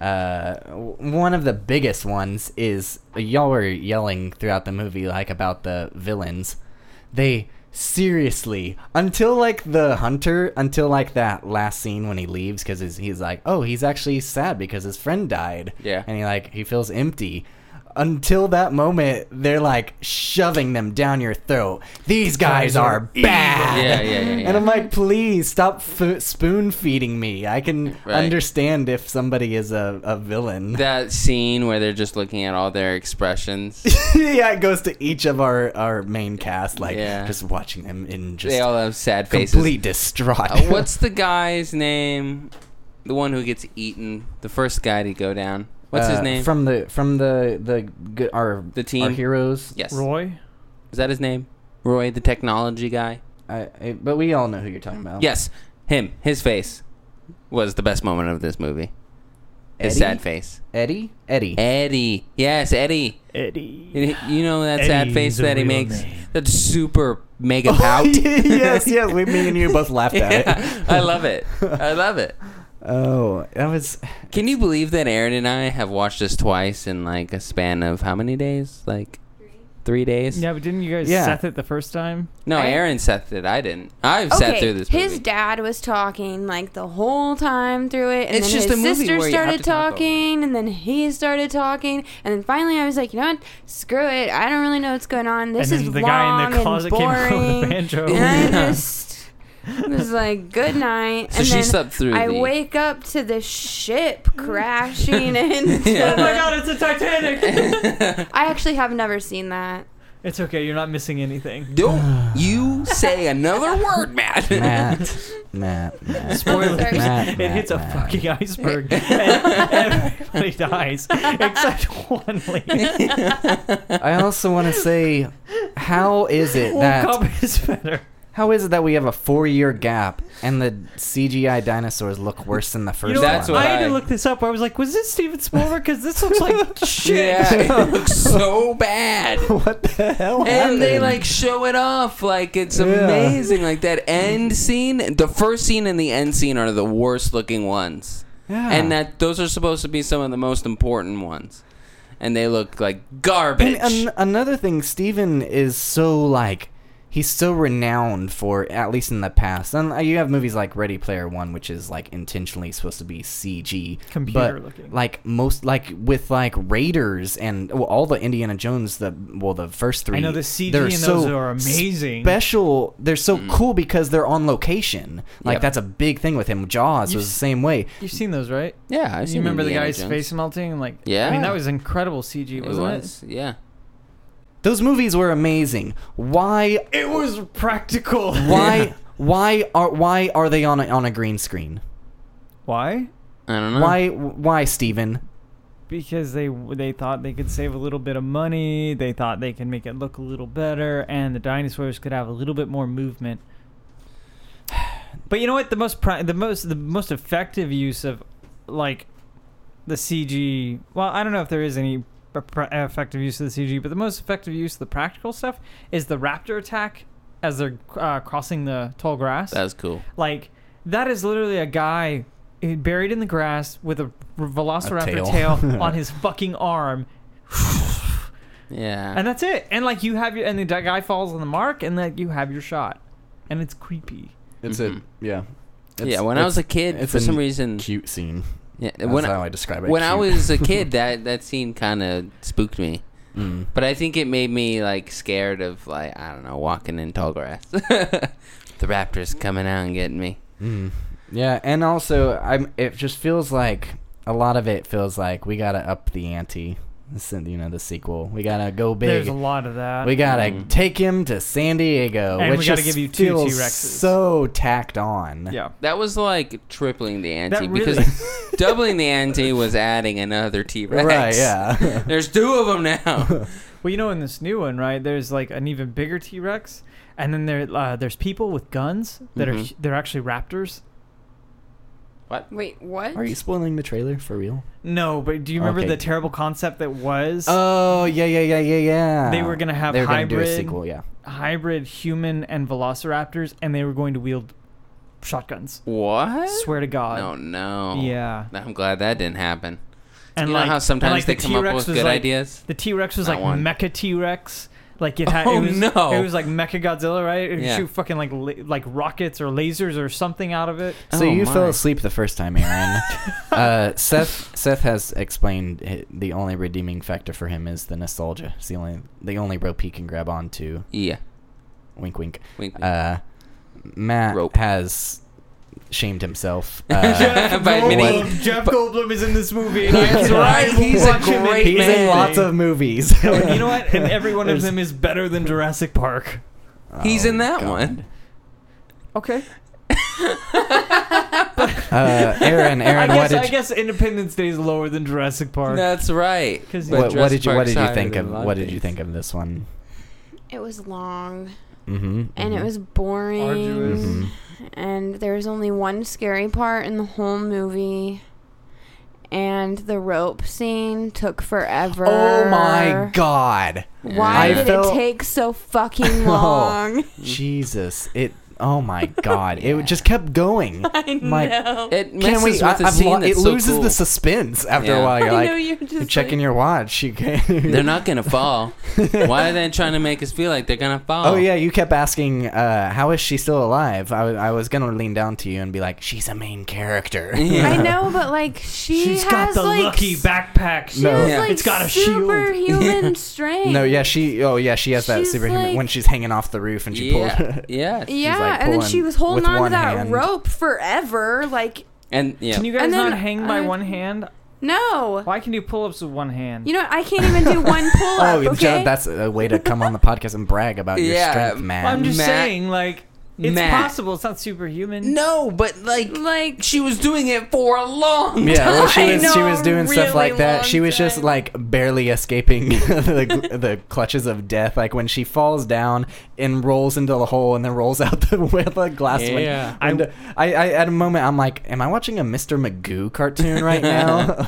S1: Uh, w- one of the biggest ones is y'all were yelling throughout the movie like about the villains. They seriously until like the hunter until like that last scene when he leaves because he's, he's like oh he's actually sad because his friend died
S4: Yeah.
S1: and he like he feels empty until that moment they're like shoving them down your throat these guys are bad
S4: Yeah, yeah, yeah, yeah.
S1: and I'm like, please stop f- spoon feeding me. I can
S4: Right.
S1: understand if somebody is a, a villain.
S4: that scene where they're just looking at all their expressions.
S1: yeah, it goes to each of our, our main cast, like
S4: Yeah.
S1: just watching them in just
S4: they all have sad faces.
S1: complete distraught.
S4: Uh, what's the guy's name? The one who gets eaten. The first guy to go down. What's his
S1: uh,
S4: name?
S1: from the from the the g- our
S4: The team?
S1: our heroes.
S4: yes.
S2: Roy?
S4: Is that his name? Roy, the technology guy.
S1: I, I, but we all know who you're talking about.
S4: Yes, him. His face was the best moment of this movie. His
S1: Eddie?
S4: sad face.
S1: Eddie. Eddie.
S4: Eh. Eddie. Yes, Eddie.
S2: Eddie.
S4: And he- You know that sad
S2: Eddie's
S4: face
S2: a
S4: that he
S2: real
S4: makes?
S2: name.
S4: That super mega pout.
S1: Oh, yes, yes. We, me and you both laughed at it.
S4: Yeah, I love it. I love it.
S1: Oh, that was.
S4: Can you believe that Aaron and I have watched this twice in like a span of how many days? Like three days?
S2: Yeah, but didn't you guys
S1: Yeah.
S2: Seth it the first time?
S4: No,
S5: I-
S4: Aaron sat it. I didn't. I've sat through this
S5: his
S4: movie.
S5: dad was talking like the whole time through it, and
S4: It's
S5: then
S4: just
S5: his
S4: a movie
S5: sister
S4: where you have to
S5: started
S4: talk over.
S5: talking, and then he started talking, and then finally I was like, you know what? Screw it! I don't really know what's going on. This
S2: and
S5: is
S2: then the guy in the
S5: long
S2: closet
S5: and
S2: came
S5: boring.
S2: out with the banjo.
S5: and I just was like, "Good night."
S4: So
S5: and
S4: she
S5: then
S4: slept through
S5: I
S4: the-
S5: wake up to the ship crashing into.
S4: Yeah.
S2: oh my
S5: the-
S2: god, it's a Titanic!
S5: I actually have never seen that.
S2: it's okay, you're not missing anything.
S4: Don't you say another word, Matt.
S1: Matt. Matt. Matt.
S5: Spoilers.
S1: Matt,
S2: It
S1: Matt,
S2: hits a
S1: Matt.
S2: fucking iceberg and everybody dies except one lady.
S1: I also want to say, how is it
S2: One
S1: that
S2: cup is better.
S1: how is it that we have a four year gap and the CGI dinosaurs look worse than the first
S2: You know,
S1: one?
S4: That's
S2: I
S4: what
S2: had
S4: I-
S2: to look this up. I was like, was this Steven Spielberg? Because this looks like shit.
S4: Yeah, it looks so bad.
S1: what the hell?
S4: And they
S1: happened?
S4: like show it off like it's
S1: Yeah.
S4: amazing. Like that end scene, the first scene and the end scene are the worst looking ones,
S1: yeah.
S4: and that those are supposed to be some of the most important ones, and they look like
S1: And
S4: garbage.
S1: an- another thing, Steven is so like he's so renowned for at least in the past. And uh, you have movies like Ready Player One, which is like intentionally supposed to be CG,
S2: Computer
S1: but,
S2: looking.
S1: Like most, like with like Raiders and well, all the Indiana Jones, the well, the first three.
S2: I know the CG
S1: they're
S2: in those
S1: so
S2: are amazing.
S1: Special. They're so
S4: Mm.
S1: cool because they're on location. Like
S4: Yep.
S1: that's a big thing with him. Jaws
S2: You've
S1: was the
S2: s-
S1: same way.
S2: You've seen those, right?
S4: yeah, I
S2: you remember the guy's face melting? and, Like, I
S4: Yeah.
S2: mean, that was incredible CG,
S4: It
S2: wasn't it?
S4: was, yeah.
S1: Those movies were amazing. Why
S2: It was practical.
S1: why why are why are they on a, on a green screen?
S2: Why?
S4: I don't know.
S1: Why why Steven?
S2: Because they they thought they could save a little bit of money. They thought they could make it look a little better, and the dinosaurs could have a little bit more movement. But you know what? The most pri- the most the most effective use of like the CG. Well, I don't know if there is any pr- pr- effective use of the CG, but the most effective use of the practical stuff is the raptor attack as they're uh, crossing the tall grass.
S4: That was cool.
S2: Like that is literally a guy eh, buried in the grass with a velociraptor
S1: A tail.
S2: tail, on his fucking arm,
S4: Yeah.
S2: and that's it. And like you have your and the guy falls on the mark, and like you have your shot, and it's creepy.
S1: It's
S4: a- Mhm.
S1: yeah.
S4: yeah, when I was a kid,
S1: it's
S4: for
S1: an
S4: some reason,
S1: cute scene.
S4: yeah,
S1: That's
S4: when
S1: how
S4: I,
S1: I describe it.
S4: when I
S1: cute.
S4: was a kid, that that scene kind of spooked me.
S1: Mm.
S4: But I think it made me like scared of like I don't know walking in tall grass. the raptors coming out and getting me.
S1: Mm. Yeah, and also I'm it just feels like a lot of it feels like we got to up the ante. This is, you know, the sequel. We got to go
S2: There's
S1: big.
S2: a lot of that.
S1: We got to
S4: Mm.
S1: take him to San Diego,
S2: And we
S1: which
S2: gotta
S1: just
S2: give you two
S1: feels
S2: T-Rexes.
S1: so tacked on.
S2: yeah.
S4: That was like tripling the ante
S2: That
S4: because
S2: really-
S4: doubling the ante was adding another T Rex.
S1: Right, yeah.
S4: There's two of them now.
S2: Well, you know, in this new one, right? There's like an even bigger T Rex, and then there uh, there's people with guns that
S1: Mm-hmm.
S4: Mhm.
S2: are they're actually raptors.
S4: what?
S5: Wait, what?
S1: Are you spoiling the trailer for real?
S2: No, but do you remember
S1: Okay.
S2: the terrible concept that was?
S1: Oh yeah, yeah, yeah, yeah, yeah.
S2: They were gonna have
S1: they were gonna do
S2: hybrid-
S1: a sequel, yeah.
S2: hybrid human and velociraptors, and they were going to wield shotguns.
S4: What?
S2: Swear to God.
S4: No, no.
S2: Yeah.
S4: I'm glad that didn't happen.
S2: And
S4: you
S2: like
S4: know how sometimes
S2: and like
S4: they
S2: the
S4: come up
S2: T-Rex
S4: with
S2: was
S4: good
S2: like-
S4: ideas.
S2: The T Rex was
S4: Not
S2: like
S4: one.
S2: Mecha T Rex. Like it had.
S4: Oh,
S2: it was,
S4: no.
S2: It was like Mecha Godzilla, right? It would
S4: Yeah.
S2: shoot fucking like la- like rockets or lasers or something out of it.
S1: So
S4: Oh,
S1: you fell
S4: my.
S1: asleep the first time, Aaron. uh, Seth Seth has explained hi- the only redeeming factor for him is the nostalgia. It's the only the only rope he can grab onto.
S4: Yeah.
S1: Wink, wink.
S4: Wink, wink.
S1: Uh, Matt
S4: Rope.
S1: has shamed himself. Uh,
S4: By admitting-
S1: Goldblum-
S2: Jeff Goldblum is in this movie.
S4: and I- That's right, I will he's a watch him in great
S1: he's in
S4: man.
S1: lots of movies.
S2: you know what? And every one of
S1: There's-
S2: them is better than Jurassic Park.
S4: He's in
S1: Oh,
S4: that
S1: God.
S4: one.
S2: Okay.
S1: Uh, Aaron, Aaron,
S2: I
S1: what
S2: guess,
S1: did
S2: I
S1: you-
S2: guess Independence Day is lower than Jurassic Park.
S4: That's right.
S2: 'Cause
S4: But
S1: what, what did you what
S4: Jurassic
S1: did you
S4: Park's
S1: think
S4: higher
S1: of
S4: than a lot
S1: what did you
S4: things.
S1: think of this one?
S5: It was long
S1: Mm-hmm.
S5: and it was boring.
S2: Arduous.
S1: Mhm.
S5: And there was only one scary part in the whole movie. And the rope scene took forever.
S1: Oh my god.
S5: Why
S1: I
S5: did
S1: felt-
S5: it take so fucking
S1: Oh.
S5: long?
S1: Jesus. It oh my god. It just kept going.
S5: I
S1: My-
S5: know.
S4: It
S1: Can
S4: messes
S1: we
S4: with
S1: I-
S4: the
S1: I've
S4: scene.
S1: lo-
S4: that's
S1: it
S4: so
S1: loses
S4: cool.
S1: the suspense after
S4: Yeah.
S1: a while. You're
S5: I
S1: like
S5: know you're just
S1: you're
S5: like-
S1: checking your watch. You
S4: They're
S1: can
S4: not gonna fall. Why are they trying to make us feel like they're gonna fall?
S1: Oh yeah, you kept asking, uh, "How is she still alive?" I, w- I was gonna lean down to you and be like, "She's a main character."
S4: Yeah.
S5: I know, but like she
S2: She's
S5: has
S2: got the
S5: like
S2: lucky
S5: s-
S2: backpack.
S5: She
S1: No.
S5: has
S4: Yeah.
S5: like
S2: It's got a shield.
S5: superhuman strength.
S1: No, yeah, she. Oh, yeah, she has that
S5: She's
S1: superhuman
S5: like-
S1: when she's hanging off the roof and she
S4: Yeah.
S1: pulled.
S4: yeah.
S5: Yeah,
S1: like,
S5: and then she
S1: pulling
S5: was holding
S1: with
S5: on to
S1: one
S5: that
S1: hand.
S5: rope forever. Like,
S4: And yeah.
S2: Can you guys
S5: And then,
S2: not hang by
S5: uh,
S2: one hand?
S5: no.
S2: Why can you pull ups with one hand?
S5: You know, I can't even do one pull up.
S1: oh,
S5: okay?
S1: John, that's a way to come on the podcast and brag about your
S4: Yeah.
S1: strength, man.
S2: Well, I'm just
S4: Matt-
S2: saying, like, it's
S4: Matt.
S2: possible. It's not superhuman.
S4: no, but like,
S5: like
S4: she was doing it for a long.
S1: yeah, well, she
S5: I
S1: was
S5: know,
S1: she was doing stuff
S5: really
S1: like that.
S5: long
S1: She was just
S5: time.
S1: like barely escaping the, the clutches of death. Like when she falls down and rolls into the hole and then rolls out the with a glass. win-
S4: Yeah.
S1: window. I, I at a moment I'm like, am I watching a Mr. Magoo cartoon right now?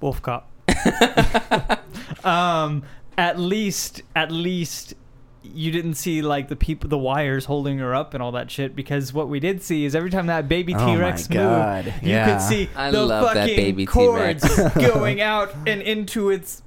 S2: Wolf Cop. um, at least, at least you didn't see like the people, the wires holding her up and all that shit. Because what we did see is every time that baby
S1: Oh
S2: T Rex
S1: my God,
S2: moved, you
S1: yeah.
S2: could see
S4: I
S2: the
S4: love that
S2: fucking
S4: baby
S2: cords
S4: T-Rex.
S2: going out and into its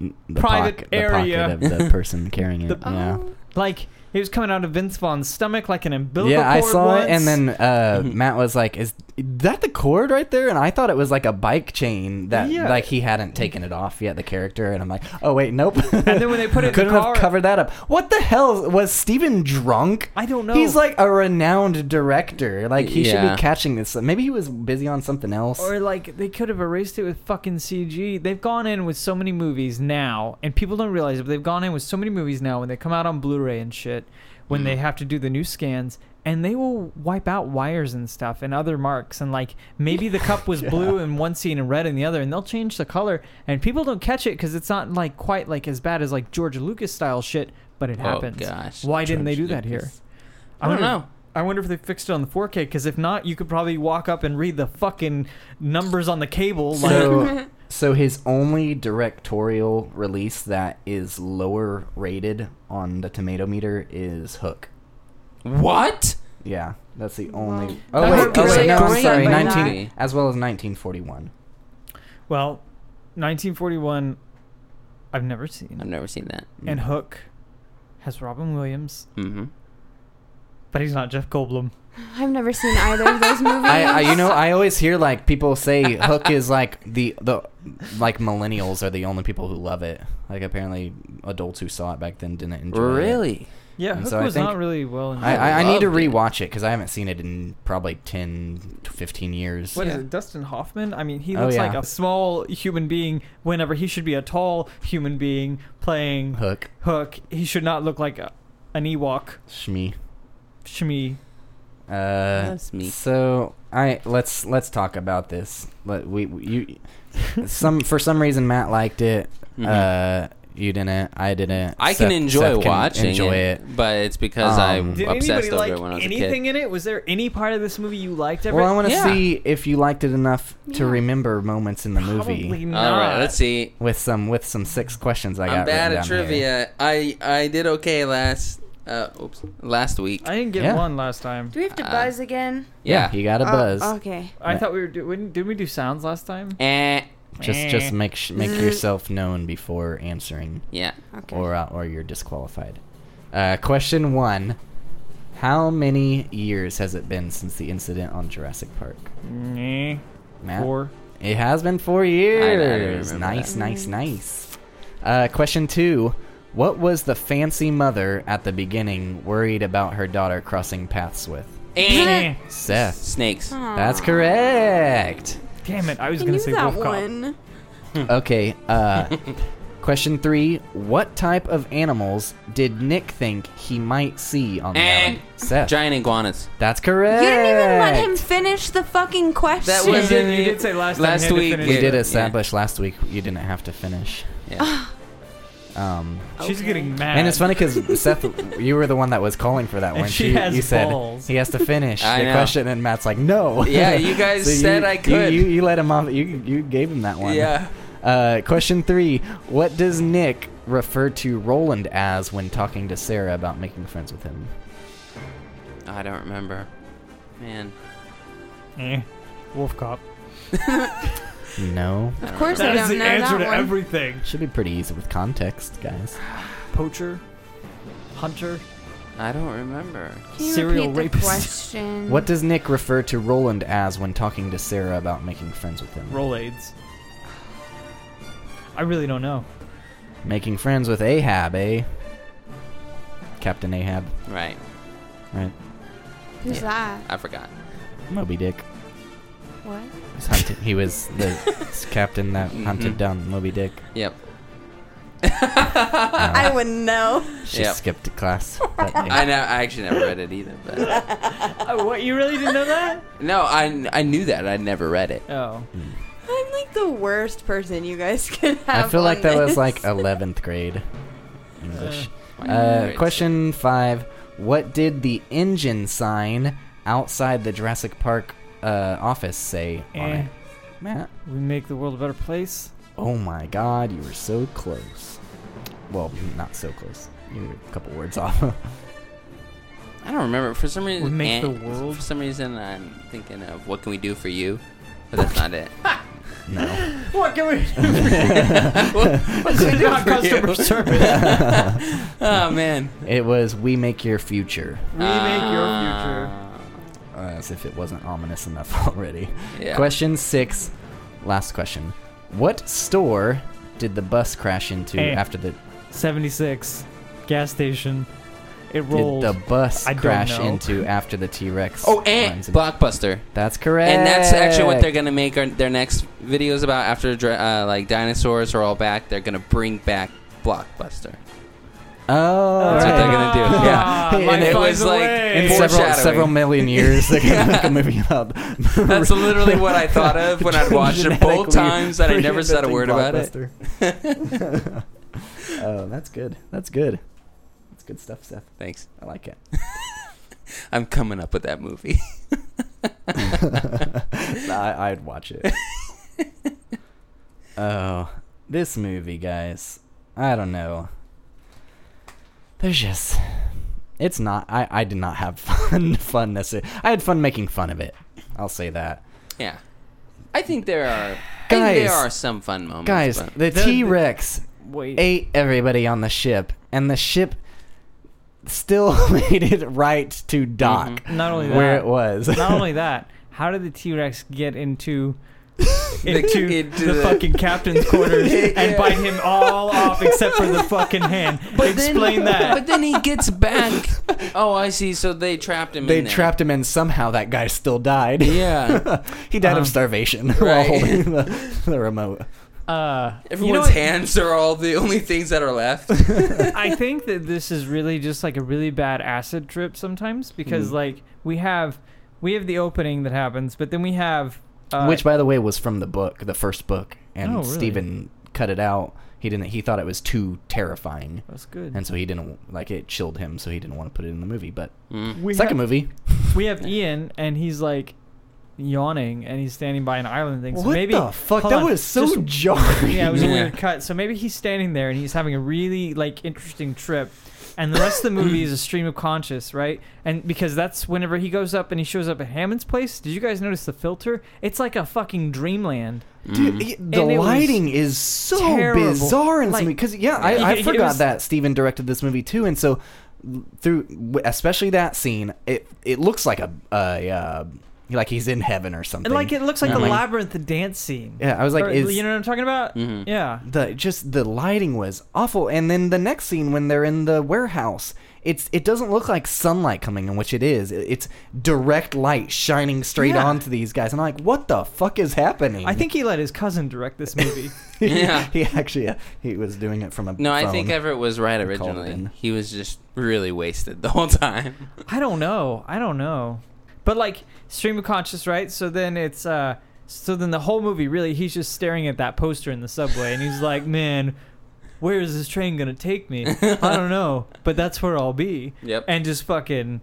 S1: the
S2: Private
S1: poc-
S2: area.
S1: the pocket of the person carrying it.
S2: The-
S1: yeah.
S5: oh,
S2: like it was coming out of Vince Vaughn's stomach like an umbilical
S1: Yeah, I
S2: cord
S1: saw
S2: once. Mm-hmm.
S1: it, and then uh, Matt was like, "Is that the cord right there?" And I thought it was like a bike chain that
S2: Yeah.
S1: like he hadn't taken it off yet, the character. And I'm like, "Oh wait, nope."
S2: And then when they put it in the
S1: couldn't
S2: car-
S1: have covered that up. What the hell was Steven drunk?
S2: I don't know.
S1: He's like a renowned director. Like he should
S4: Yeah.
S1: be catching this. Maybe he was busy on something else.
S2: Or like they could have erased it with fucking CG. They've gone in with so many movies now, and people don't realize it, but they've gone in with so many movies now when they come out on Blu-ray and shit, when
S4: Hmm.
S2: they have to do the new scans, and they will wipe out wires and stuff and other marks, and like maybe the cup was blue in one scene and red in the other, and they'll change the color, and people don't catch it because it's not like quite like as bad as like George Lucas style shit, but it
S4: Oh,
S2: happens.
S4: gosh,
S2: Why didn't they do
S4: George
S2: that here?
S4: Lucas. I don't
S2: wonder if-
S4: know.
S2: I wonder if they fixed it on the 4K because if not, you could probably walk up and read the fucking numbers on the cable. Like,
S1: So, so his only directorial release that is lower rated on the tomato meter is Hook.
S4: What?
S1: Yeah, that's the
S5: Wow.
S1: only.
S5: Oh,
S1: Oh
S4: That
S1: wait,
S4: would be
S1: oh wait,
S4: great.
S1: no, I'm
S4: Great
S1: sorry.
S5: movie.
S1: Nineteen, as well as 1941.
S2: well, 1941, I've never seen,
S4: I've never seen that.
S2: and Hook has Robin Williams,
S4: Mm-hmm.
S2: but he's not Jeff Goldblum.
S5: I've never seen either of those movies.
S1: I, I, you know, I always hear like people say Hook is like the the like millennials are the only people who love it. Like apparently, adults who saw it back then didn't enjoy it.
S4: Really?
S2: Yeah,
S1: And
S2: Hook
S1: so I
S2: was
S1: think-
S2: not really well. In
S1: I, I, I need to
S4: Loved it.
S1: rewatch it because I haven't seen it in probably 10 to 15 years.
S2: What is
S4: Yeah.
S2: it, Dustin Hoffman? I mean, he
S1: Oh,
S2: looks
S1: yeah.
S2: like a small human being whenever he should be a tall human being playing Hook.
S1: Hook,
S2: He should not look like a, an Ewok,
S1: Shmi.
S2: Shmi.
S1: Uh,
S4: That's me.
S1: So I let's let's talk about this. Let we we- you some for some reason Matt liked it. Uh, you didn't. I didn't.
S4: Mm-hmm. I
S1: Seth-
S4: can enjoy
S1: Seth can
S4: watching
S1: Enjoy
S4: it,
S1: it.
S4: but it's because
S1: Um,
S4: I'm
S2: Did
S4: Mm-hmm. obsessed
S2: anybody
S4: over
S2: like
S4: it when I was
S2: anything
S4: a kid.
S2: in it? Was there any part of this movie you liked? Every-
S1: Well, I want to
S4: Yeah.
S1: see if you liked it enough to
S5: Yeah.
S1: remember moments in the
S2: Probably
S1: movie
S2: not.
S4: All right, let's see.
S1: with some with some six questions I got.
S4: I'm bad
S1: written
S4: at
S1: down here.
S4: trivia. I I did okay last uh oops last week.
S2: I didn't get
S1: Yeah.
S2: one last time.
S5: Do we have to
S4: Uh,
S5: buzz again?
S1: Yeah,
S4: yeah.
S1: you got a
S5: Oh,
S1: buzz.
S5: okay.
S2: I thought we were doing. Did we do sounds last time?
S4: Eh,
S1: Just just make sh- make
S5: Zzz.
S1: yourself known before answering,
S4: yeah.
S5: Okay.
S1: or uh, or you're disqualified. Uh, question one: How many years has it been since the incident on Jurassic Park?
S2: Meh.
S1: Matt?
S2: Four.
S1: It has been four years.
S4: remember
S1: Nice,
S5: that.
S1: nice, nice. Uh, question two. What was the fancy mother at the beginning worried about her daughter crossing paths with?
S4: Eh.
S1: Seth.
S4: Snakes.
S5: Aw.
S1: That's correct.
S2: Damn it! I was
S5: I
S2: gonna
S5: knew
S2: say
S5: that
S2: Wolf Cop.
S5: one.
S1: Okay, uh, Question three What type of animals did Nick think he might see on the
S4: Eh.
S1: island? Seth.
S4: Giant iguanas.
S1: That's correct.
S5: You didn't even let him finish the fucking question.
S4: That
S2: You
S4: was
S2: did- you did say last time you had to
S4: week.
S2: finish
S1: We
S2: it.
S1: did
S4: yeah.
S1: establish last week you didn't have to finish.
S4: Yeah.
S5: Oh.
S1: Um,
S2: She's
S5: Okay.
S2: getting mad.
S1: and it's funny because Seth, you were the one that was calling for that
S2: And
S1: one.
S2: she has
S1: you said
S2: balls.
S1: he has to finish
S4: I
S1: the
S4: know.
S1: question, and Matt's like, no.
S4: Yeah, you guys
S1: So you-
S4: said I
S1: you-
S4: could.
S1: You, you, let him off. You you gave him that one.
S4: Yeah.
S1: Uh, question three: What does Nick refer to Roland as when talking to Sarah about making friends with him?
S4: I don't remember. Man.
S2: Eh, Wolf cop.
S1: No,
S5: Of course I
S2: That is
S5: don't
S2: the
S5: know
S2: answer
S5: that
S2: to
S5: one.
S2: everything.
S1: should be pretty easy with context, guys.
S2: Poacher, hunter.
S4: I don't remember.
S5: Can you
S2: serial
S5: repeat the
S2: rapist.
S5: question?
S1: What does Nick refer to Roland as when talking to Sarah about making friends with him?
S2: Roll aids. I really don't know.
S1: Making friends with Ahab, eh? Captain Ahab,
S4: Right.
S1: right?
S5: Who's that?
S4: I forgot.
S1: Moby Dick.
S5: What?
S1: Was hunted, he was the s- captain that hunted
S4: Mhm.
S1: down Moby Dick.
S4: Yep.
S1: Uh,
S5: I wouldn't know.
S1: she
S4: Yep.
S1: skipped a class. that day.
S4: I know. I actually never read it either. But
S2: Oh, what? You really didn't know that?
S4: no, I, I knew that. I never read it.
S2: Oh.
S5: I'm like the worst person you guys could have.
S1: I feel like
S5: on
S1: that was
S5: this.
S1: like 11th grade English.
S4: Why
S5: Mm-hmm.
S1: Uh,
S4: did I read it?
S1: question five What did the engine sign outside the Jurassic Park uh, office say on
S2: Eh.
S1: it? Matt.
S2: We make the world a better place.
S1: Oh my god, you were so close. Well, not so close. You were a couple words off.
S4: I don't remember. For some reason,
S2: make
S4: and-
S2: the world-
S4: For some reason, I'm thinking of what can we do for you, but that's not it.
S1: no.
S2: What can we?
S4: what, what can we do
S2: Not
S4: for
S2: customer
S4: you?
S2: service.
S4: Oh man.
S1: It was We Make Your Future.
S2: Remake your
S4: Ah.
S2: future.
S1: Uh, as if it wasn't ominous enough already.
S4: Yeah.
S1: Question six. Last question. What store did the bus crash into
S2: Eh.
S1: after the
S2: 76 gas station it rolled
S1: did the bus
S2: I don't
S1: crash
S2: know.
S1: into after the T Rex?
S4: Oh, and Blockbuster,
S1: that's correct.
S4: and that's actually what they're gonna make our, their next videos about. After dra- uh, like dinosaurs are all back, they're gonna bring back Blockbuster.
S1: Oh,
S4: That's what
S1: right.
S4: they're gonna do.
S2: Ah,
S1: Yeah.
S2: life
S1: And it
S2: finds
S4: was
S2: a
S4: like-
S2: way.
S1: in
S4: Hey.
S1: several
S4: Foreshadowing.
S1: several million years they're gonna make a movie about
S4: That's literally what I thought of when I'd watched it both
S1: Genetically
S4: times, and I never said a
S1: reinventing
S4: word about it.
S1: Blockbuster. oh that's good that's good that's good stuff seth
S4: Thanks.
S1: i like it
S4: I'm coming up with that movie.
S1: I, i'd watch it oh this movie guys i don't know there's just it's not i, I did not have fun fun necessarily i had fun making fun of it i'll say that
S4: Yeah. I think there are. I think
S1: Guys.
S4: there are some fun moments.
S1: guys
S4: but-
S1: the
S2: The-
S1: t-rex
S2: wait
S1: ate everybody on the ship, and the ship still made it right to dock
S4: Mm-hmm.
S2: not only that
S1: where it was.
S2: not only that how did the t-rex get into
S4: The-
S2: into,
S4: into
S2: the,
S4: the-
S2: fucking captain's quarters and bite him all off except for the fucking hand explain that
S4: But then he gets back. Oh, I see. So they trapped him.
S1: they
S4: in there.
S1: trapped him, and somehow that guy still died.
S4: Yeah.
S1: he died
S2: Um,
S1: of starvation while
S4: right.
S1: holding the, the remote.
S2: uh you know
S4: Everyone's
S2: what?
S4: hands are all the only things that are left.
S2: I think that this is really just like a really bad acid trip sometimes because like we have we have the opening that happens but then we have uh,
S1: Which, by the way, was from the book, the first book, and
S2: Oh, really?
S1: Stephen cut it out. He didn't. He thought it was too terrifying,
S2: that's good
S1: and so he didn't like it. Chilled him, so he didn't want to put it in the movie. But
S4: Mm.
S2: we
S1: second
S2: have-
S1: movie,
S2: we have Ian, and he's like yawning, and he's standing by an island thing. So
S1: what
S2: maybe,
S1: the fuck?
S2: hold
S1: That
S2: on,
S1: was so
S2: just-
S1: jarring.
S2: Yeah, it was a
S4: Yeah.
S2: weird cut. So maybe he's standing there, and he's having a really like interesting trip, and the rest of the movie is a stream of conscious, right? And because that's whenever he goes up and he shows up at Hammond's place. Did you guys notice the filter? It's like a fucking dreamland.
S1: Dude, y- the
S2: And it was
S1: lighting is so
S2: terrible.
S1: bizarre in this
S2: Like-
S1: movie. Because yeah,
S2: Yeah.
S1: I, I
S2: It- it
S1: forgot
S2: was-
S1: that Steven directed this movie too, and so through w- especially that scene, it it looks like a a, uh, like he's in heaven or something.
S2: And like it looks like
S4: Yeah.
S2: the
S4: Like-
S2: labyrinth dance scene.
S1: Yeah, I was like,
S2: Or,
S1: is
S2: you know what I'm talking about?
S4: Mhm.
S2: Yeah.
S1: the just the lighting was awful. And then the next scene when they're in the warehouse, it's it doesn't look like sunlight coming in, which it is. It- It's direct light shining straight
S2: Yeah.
S1: onto these guys. And I'm like, what the fuck is happening?
S2: I think he let his cousin direct this movie.
S4: Yeah.
S1: he actually uh, he was doing it from a
S4: No, I think
S1: phone.
S4: Everett was right
S1: We called it in.
S4: originally. He was just really wasted the whole time.
S2: I don't know. I don't know. But like stream of conscious, right? So then it's uh so then the whole movie really he's just staring at that poster in the subway and he's like, "Man, where is this train going to take me? I don't know, but that's where I'll be."
S4: Yep.
S2: And just fucking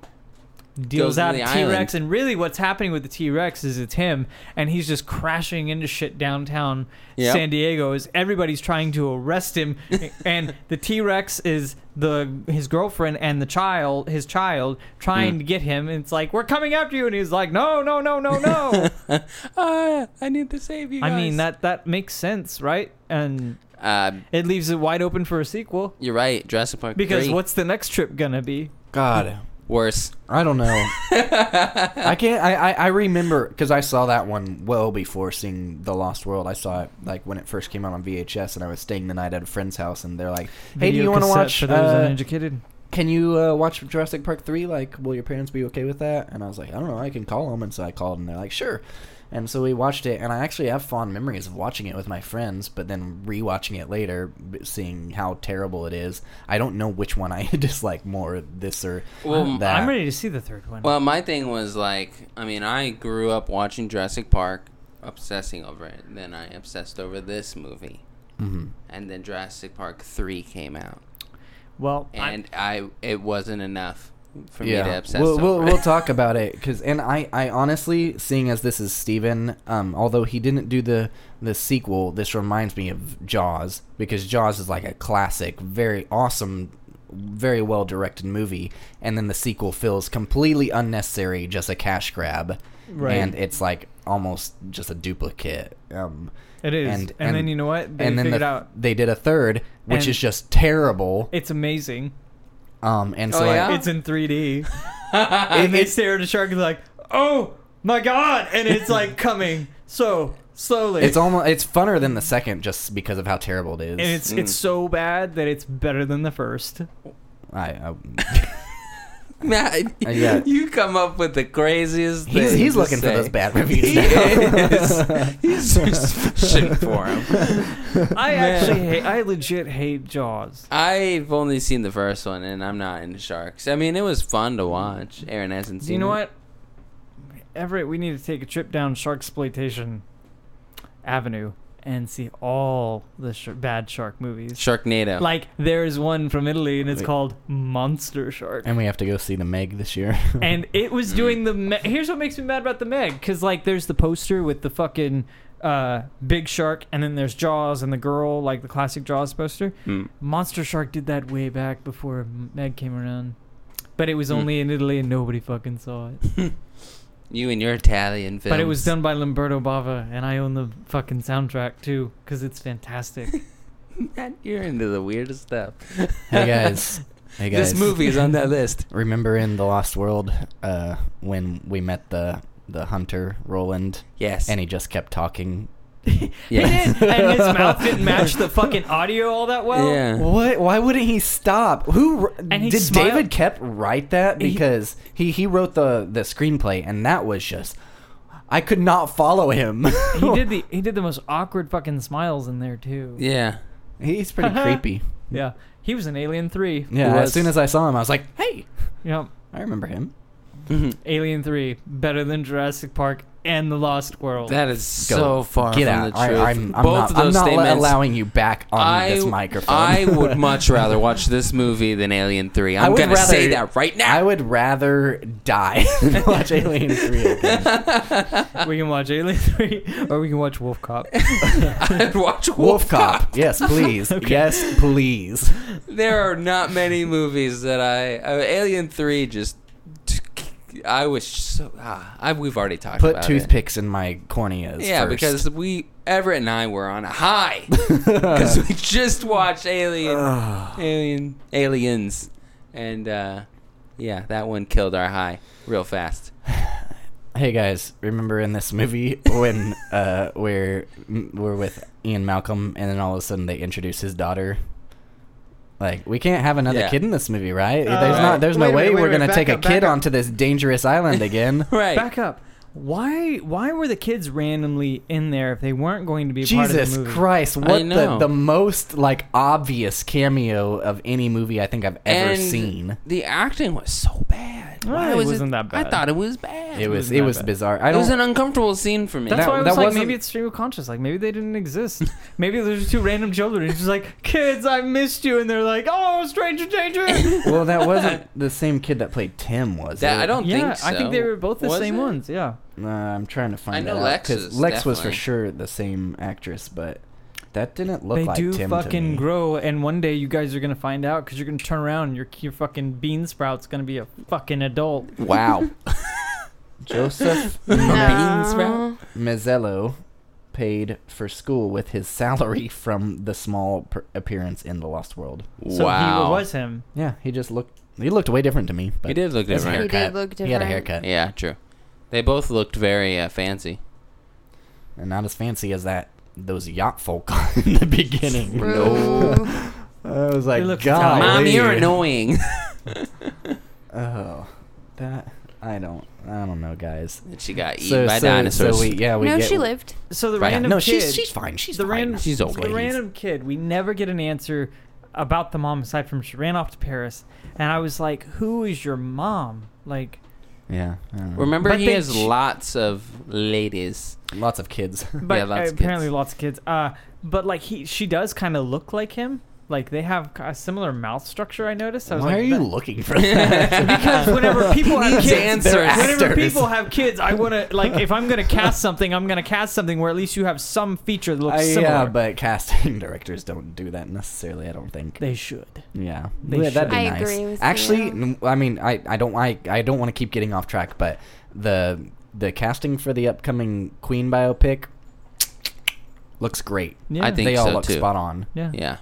S2: deals
S4: to
S2: out
S4: the
S2: a T-Rex and really what's happening with the T-Rex is it's him and he's just crashing into shit downtown
S4: Yep.
S2: San Diego as everybody's trying to arrest him and the T-Rex is the his girlfriend and the child his child trying
S4: Mm.
S2: to get him and it's like we're coming after you and he's like no no no no no
S4: ah, I need to save you.
S2: I mean that that makes sense right and
S4: Uh,
S2: it leaves it wide open for a sequel
S4: you're right. Jurassic Park.
S2: because
S4: 3,
S2: what's the next trip gonna be
S1: God.
S4: worse?
S1: I don't know. I can't. I I, I remember because I saw that one well before seeing The Lost World. I saw it like when it first came out on VHS, and I was staying the night at a friend's house, and they're like, "Hey, do
S2: Video
S1: you want to
S2: cassette
S1: watch?
S2: for those
S1: uh,
S2: uneducated
S1: can you uh, watch Jurassic Park three? Like, will your parents be okay with that?" And I was like, "I don't know. I can call them." And so I called, and they're like, "Sure." And so we watched it, and I actually have fond memories of watching it with my friends, but then rewatching it later, b- seeing how terrible it is. I don't know which one I dislike more, this or
S4: Well,
S1: that.
S2: I'm ready to see the third one
S4: Well, my thing was like, I mean, I grew up watching Jurassic Park, obsessing over it. Then I obsessed over this movie,
S1: Mhm.
S4: and then Jurassic Park three came out,
S2: well I-
S4: and I, it wasn't enough for me to obsess
S1: we'll,
S4: over.
S1: we'll,
S4: it.
S1: we'll talk about it because and I, I honestly seeing as this is Steven, um, although he didn't do the the sequel, this reminds me of Jaws because Jaws is like a classic, very awesome, very well directed movie, and then the sequel feels completely unnecessary, just a cash grab,
S2: Right.
S1: and it's like almost just a duplicate. Um,
S2: It is,
S1: and-
S2: and,
S1: and-
S2: then you know what? They
S1: and then
S2: figured
S1: the-
S2: out
S1: they did a third, which
S2: And-
S1: is just terrible.
S2: it's amazing.
S1: Um, and
S4: Oh,
S1: so I-
S4: yeah?
S2: It's in 3D.
S1: it-
S2: and they
S1: it's-
S2: stare at a shark and like, "Oh my god!" And it's like coming so slowly.
S1: It's almost it's funner than the second just because of how terrible it is.
S2: and it's it's
S4: Mm.
S2: so bad that it's better than the first.
S1: I,
S4: Matt,
S1: Uh, yeah.
S4: you come up with the craziest.
S1: I, he's
S4: things
S1: he's
S4: to
S1: looking
S4: say.
S1: for those bad reviews.
S4: He
S1: now.
S4: is. He's just fishing for 'em.
S2: I
S4: Man.
S2: actually hate. I legit hate Jaws.
S4: I've only seen the first one, and I'm not into sharks. I mean, it was fun to watch. Aaron hasn't
S2: Do
S4: seen.
S2: you know
S4: it.
S2: what? Everett, we need to take a trip down Shark Exploitation Avenue and see all the sh- bad shark movies.
S4: Sharknado.
S2: Like there is one from Italy and it's
S1: Wait.
S2: called Monster Shark.
S1: and we have to go see the Meg this year.
S2: and it was doing the. Me- Here's what makes me mad about the Meg, because like there's the poster with the fucking uh, big shark, and then there's Jaws and the girl, like the classic Jaws poster.
S1: Hmm.
S4: Mm.
S2: Monster Shark did that way back before Meg came around, but it was
S4: Hmm.
S2: only in Italy and nobody fucking saw it.
S4: You and your Italian films.
S2: But it was done by Lamberto Bava, and I own the fucking soundtrack too, because it's fantastic.
S4: You're into the weirdest stuff.
S1: hey guys, hey guys.
S4: This movie is on that list.
S1: Remember in the Lost World uh, when we met the the hunter Roland,
S4: Yes.
S1: and he just kept talking.
S4: yes.
S2: He did, and his mouth didn't match the fucking audio all that well.
S4: Yeah.
S1: What? Why wouldn't he stop? Who
S2: And he
S1: did
S2: smiled-
S1: David Kep write that?
S2: He-
S1: Because he, he wrote the the screenplay, and that was just I could not follow him.
S2: He did the he did the most awkward fucking smiles in there too.
S4: Yeah.
S1: He's pretty
S2: Uh-huh.
S1: creepy.
S2: Yeah. He was in Alien 3.
S1: Yeah,
S4: He
S1: as
S4: was.
S1: soon as I saw him, I was like, "Hey,
S2: Yep.
S1: I remember him."
S2: Alien 3, better than Jurassic Park and The Lost World.
S4: that is so far
S1: Get
S4: from
S1: out!
S4: the truth.
S1: I, am I'm
S4: Both
S1: not,
S4: of those
S1: I'm not le-
S4: statements.
S1: allowing you back on
S4: I,
S1: this microphone.
S4: I would much rather watch this movie than Alien 3.
S1: I
S4: I'm
S1: would
S4: going to
S1: rather-
S4: say that right
S1: I
S4: now.
S1: would rather die than watch Alien Three. Again.
S2: we can watch Alien 3 or we can watch Wolf Cop.
S4: I'd watch Wolf,
S1: Wolf
S4: Cop.
S1: Cop. Yes, please. Yes, please.
S4: There are not many movies that I. Uh, Alien 3 just. I was so. Ah, I, we've already talked
S1: Put
S4: about it.
S1: toothpicks in my corneas.
S4: Yeah,
S1: first.
S4: because we Everett and I were on a high because we just watched Alien,
S1: Ah.
S4: Alien, Aliens, and uh, yeah, that one killed our high real fast.
S1: Hey guys, remember in this movie when uh, we're m- we're with Ian Malcolm, and then all of a sudden they introduce his daughter. Like we can't have another
S4: Yeah.
S1: kid in this movie, right?
S2: Uh,
S1: there's not. There's no
S2: wait a
S1: way
S2: minute, wait a
S1: we're
S2: minute,
S1: gonna
S2: back
S1: take
S2: up,
S1: a kid
S2: back up.
S1: onto this dangerous island again.
S4: right.
S2: Back up. Why? Why were the kids randomly in there if they weren't going to be part of
S1: Jesus
S2: the movie?
S1: Christ!
S4: I
S1: What the
S4: know.
S1: the most like obvious cameo of any movie I think I've ever
S4: And
S1: seen.
S4: The acting was so bad.
S2: Well,
S4: Why
S2: it
S4: was
S2: wasn't that bad.
S4: I thought it was bad.
S1: It was
S2: wasn't
S1: it
S2: that
S1: was
S2: bad.
S1: bizarre. I
S4: it was
S1: don't.
S4: an uncomfortable scene for me.
S2: That's
S1: That-
S2: why I
S1: that
S2: was like,
S1: wasn't-
S2: maybe it's stream of conscious. Like maybe they didn't exist. maybe there's two random children. It's just like, kids, I missed you, and they're like, oh, stranger danger.
S1: well, that wasn't the same kid that played Tim, was
S4: That-
S1: it?
S4: I don't
S2: yeah,
S4: think so.
S2: I think they were both the
S4: Was
S2: same
S4: it?
S2: ones. Yeah.
S1: Uh, I'm trying to find.
S4: I know
S1: that out,
S4: Lex
S1: 'cause
S4: is,
S1: Lex was for
S4: definitely.
S1: sure the same actress, but that didn't look
S2: they
S1: like
S2: do
S1: Tim to
S2: fucking
S1: me.
S2: grow, and one day you guys are gonna find out because you're gonna turn around and your, your fucking bean sprout's gonna be a fucking adult.
S4: Wow.
S1: Joseph
S4: Bean sprout?
S1: Mazzello paid for school with his salary from the small per- appearance in The Lost World.
S2: So
S4: wow.
S2: he was him.
S1: Yeah, he just looked. He looked way different to me. But
S4: He did look
S1: his
S4: different.
S5: He did
S1: haircut-
S5: look
S1: He had a
S5: different.
S1: haircut,
S4: Yeah, true. They both looked very uh, fancy.
S1: and not as fancy as that those yacht folk in the beginning.
S5: True.
S1: I was like,
S2: They look-
S1: God,
S4: Mom, you're annoying.
S1: Oh, that I don't. I don't know, guys.
S4: And she got eaten by dinosaurs.
S1: So we, yeah, we
S5: no,
S1: get,
S5: she lived.
S2: So the
S4: Right.
S2: random
S1: no,
S2: kid.
S1: she's she's fine. She's
S2: the
S1: fine.
S2: random
S4: She's
S2: so
S4: okay.
S2: the random kid we never get an answer about the mom aside from she ran off to paris and i was like who is your mom like
S1: Yeah. I don't know.
S4: Remember,
S2: But
S4: he
S2: they
S4: has
S2: ch-
S4: lots of ladies.
S1: Lots of kids.
S2: but
S4: Yeah, lots of
S2: apparently
S4: kids.
S2: lots of kids uh but like he she does kind of look like him like they have a similar mouth structure i noticed i was
S1: Why
S2: like
S1: are you
S2: "That-
S1: looking for that?
S2: because whenever people have
S4: needs
S2: kids,
S4: answers.
S2: whenever
S1: Actors.
S2: people have kids, I want to like if I'm gonna cast something, I'm gonna cast something where at least you have some feature that looks
S1: I-
S2: similar.
S1: Uh, yeah, but casting directors don't do that necessarily. I don't think.
S2: they should.
S1: yeah,
S2: they
S1: yeah, that'd be
S5: should. I
S1: nice.
S5: agree with
S1: Actually,
S5: you.
S1: n- I mean, I, I don't I, I don't want to keep getting off track, but the the casting for the upcoming Queen biopic looks great.
S2: Yeah.
S4: I think
S1: they all
S4: so,
S1: look
S4: too.
S1: spot on.
S2: Yeah.
S4: Yeah.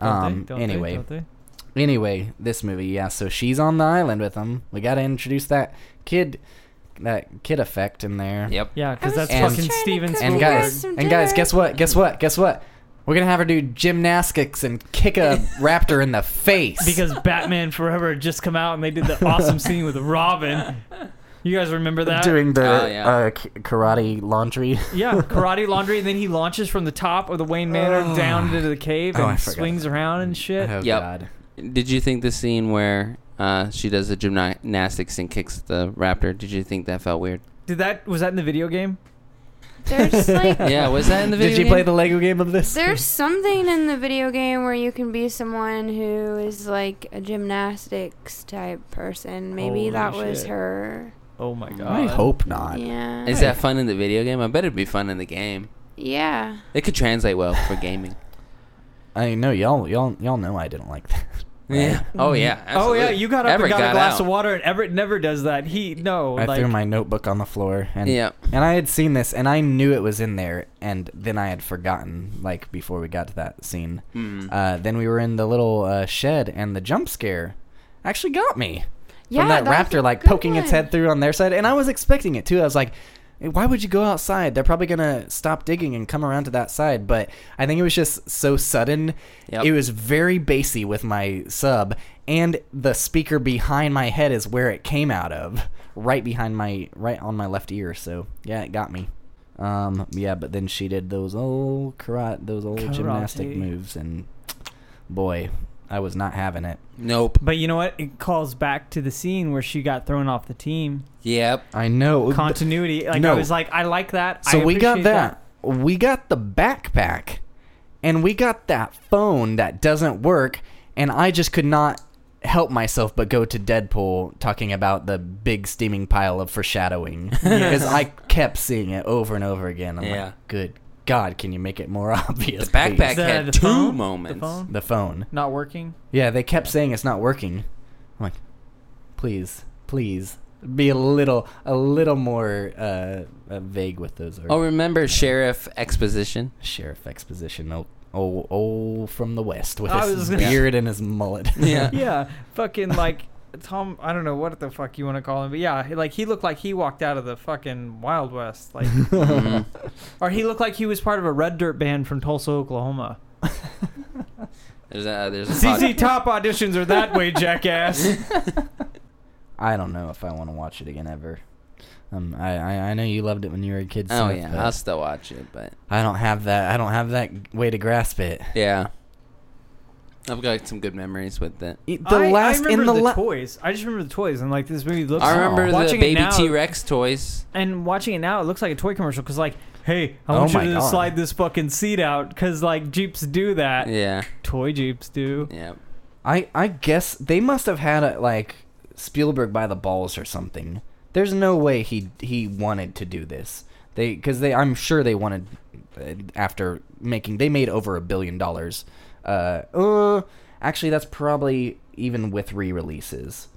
S2: Don't they?
S1: Um,
S2: Don't they?
S1: anyway,
S2: Don't they?
S1: anyway, this movie, yeah. So she's on the island with him. We got to introduce that kid, that kid effect in there.
S4: Yep.
S2: Yeah, because
S5: I was
S2: that's
S1: just
S2: fucking
S5: trying to
S2: Steven
S5: cover
S1: And
S2: Spielberg.
S5: Cool.
S1: guys,
S5: Some
S1: and guys,
S5: dinner.
S1: guess what? Guess what? Guess what? We're gonna have her do gymnastics and kick a raptor in the face.
S2: because Batman Forever had just come out and they did the awesome scene with Robin. You guys remember that?
S1: doing the
S4: Oh, yeah.
S1: uh, k- karate laundry.
S2: yeah, karate laundry, and then he launches from the top of the Wayne Manor down into the cave
S1: Oh, I
S2: and
S1: forgot
S2: swings
S1: about
S2: around and shit.
S1: Oh
S4: Yep.
S1: god.
S4: Did you think the scene where uh, she does the gymnastics and kicks the raptor? Did you think that felt weird?
S2: Did that was that in the video game?
S5: There's like
S4: Yeah. Was that in the video?
S1: Did you
S4: game?
S1: play the Lego game of this?
S5: There's something in the video game where you can be someone who is like a gymnastics type person. Maybe
S2: Holy
S5: that was
S2: shit.
S5: her.
S2: Oh my
S1: I
S2: god.
S1: hope not.
S5: Yeah.
S4: Is that fun in the video game? I bet it'd be fun in the game.
S5: Yeah.
S4: It could translate well for gaming.
S1: I know y'all, y'all, y'all know I didn't like that.
S4: Yeah. Oh yeah.
S2: Oh yeah,
S4: absolutely.
S2: you got up
S4: Everett
S2: and got, a
S4: got
S2: glass
S4: out.
S2: of water, and Everett never does that. He no,
S1: I
S2: like
S1: threw my notebook on the floor, and
S4: Yeah.
S1: and I had seen this, and I knew it was in there, and then I had forgotten, like before we got to that scene.
S4: Mm.
S1: Uh, then we were in the little uh, shed, and the jump scare actually got me
S5: Yeah.
S1: from that,
S5: was a
S1: raptor like
S5: good
S1: poking its
S5: one.
S1: head through on their side, and I was expecting it too. I was like, "Why would you go outside? They're probably gonna stop digging and come around to that side." But I think it was just so sudden.
S4: Yep.
S1: It was very bassy with my sub, and the speaker behind my head is where it came out of, right behind my right on my left ear. So yeah, it got me. Um, yeah, but then she did those old karate, those old gymnastic
S2: Karate.
S1: moves, and boy, I was not having it.
S4: Nope.
S2: But you know what? It calls back to the scene where she got thrown off the team.
S4: Yep.
S1: I know.
S2: Continuity. Like
S1: No.
S2: I was like, I like that.
S1: So
S2: I
S1: we got
S2: appreciate
S1: that. We got the backpack, and we got that phone that doesn't work, and I just could not help myself but go to Deadpool talking about the big steaming pile of foreshadowing because I kept seeing it over and over again. I'm
S4: Yeah.
S1: like, good God, can you make it more obvious?
S4: The
S1: please?"
S4: backpack had
S2: the
S4: two
S2: phone? The
S4: moments.
S2: phone?
S1: the phone.
S2: Not working.
S1: Yeah, they kept saying it's not working. I'm like, please, please. Be a little, a little more uh, uh, vague with those.
S4: Oh, remember Sheriff Exposition?
S1: sheriff exposition. Oh, oh, oh from the west with
S2: I
S1: his
S2: was gonna-
S1: beard and his mullet.
S4: Yeah.
S2: yeah, fucking like Tom, I don't know what the fuck you want to call him, but yeah, he- like he looked like he walked out of the fucking Wild West, like, mm-hmm.
S4: Mhm.
S2: or he looked like he was part of a red dirt band from Tulsa, Oklahoma.
S4: There's a uh, there's a
S2: ZZ
S4: pod-
S2: Top auditions are that way, jackass.
S1: I don't know if I want to watch it again ever. Um, I, I I know you loved it when you were a kid.
S4: Oh
S1: Smith,
S4: yeah,
S1: but
S4: I'll still watch it, but
S1: I don't have that. I don't have that way to grasp it.
S4: yeah, I've got some good memories with it.
S1: The
S2: I,
S1: last
S2: I
S1: in
S2: remember
S1: the,
S2: the,
S1: la-
S2: toys. I just remember the toys, and like this movie looks.
S4: I remember the
S2: watching it
S4: baby
S2: now-
S4: T Rex toys.
S2: and watching it now, it looks like a toy commercial because, like, hey, I
S1: Oh
S2: want
S1: my
S2: you to
S1: God.
S2: slide this fucking seat out because, like, Jeeps do that.
S4: Yeah,
S2: Toy Jeeps do.
S4: yeah.
S1: I I guess they must have had a, like Spielberg by the balls or something. There's no way he he wanted to do this. They because they I'm sure they wanted uh, after making they made over a billion dollars. Uh, uh actually that's probably even with re-releases.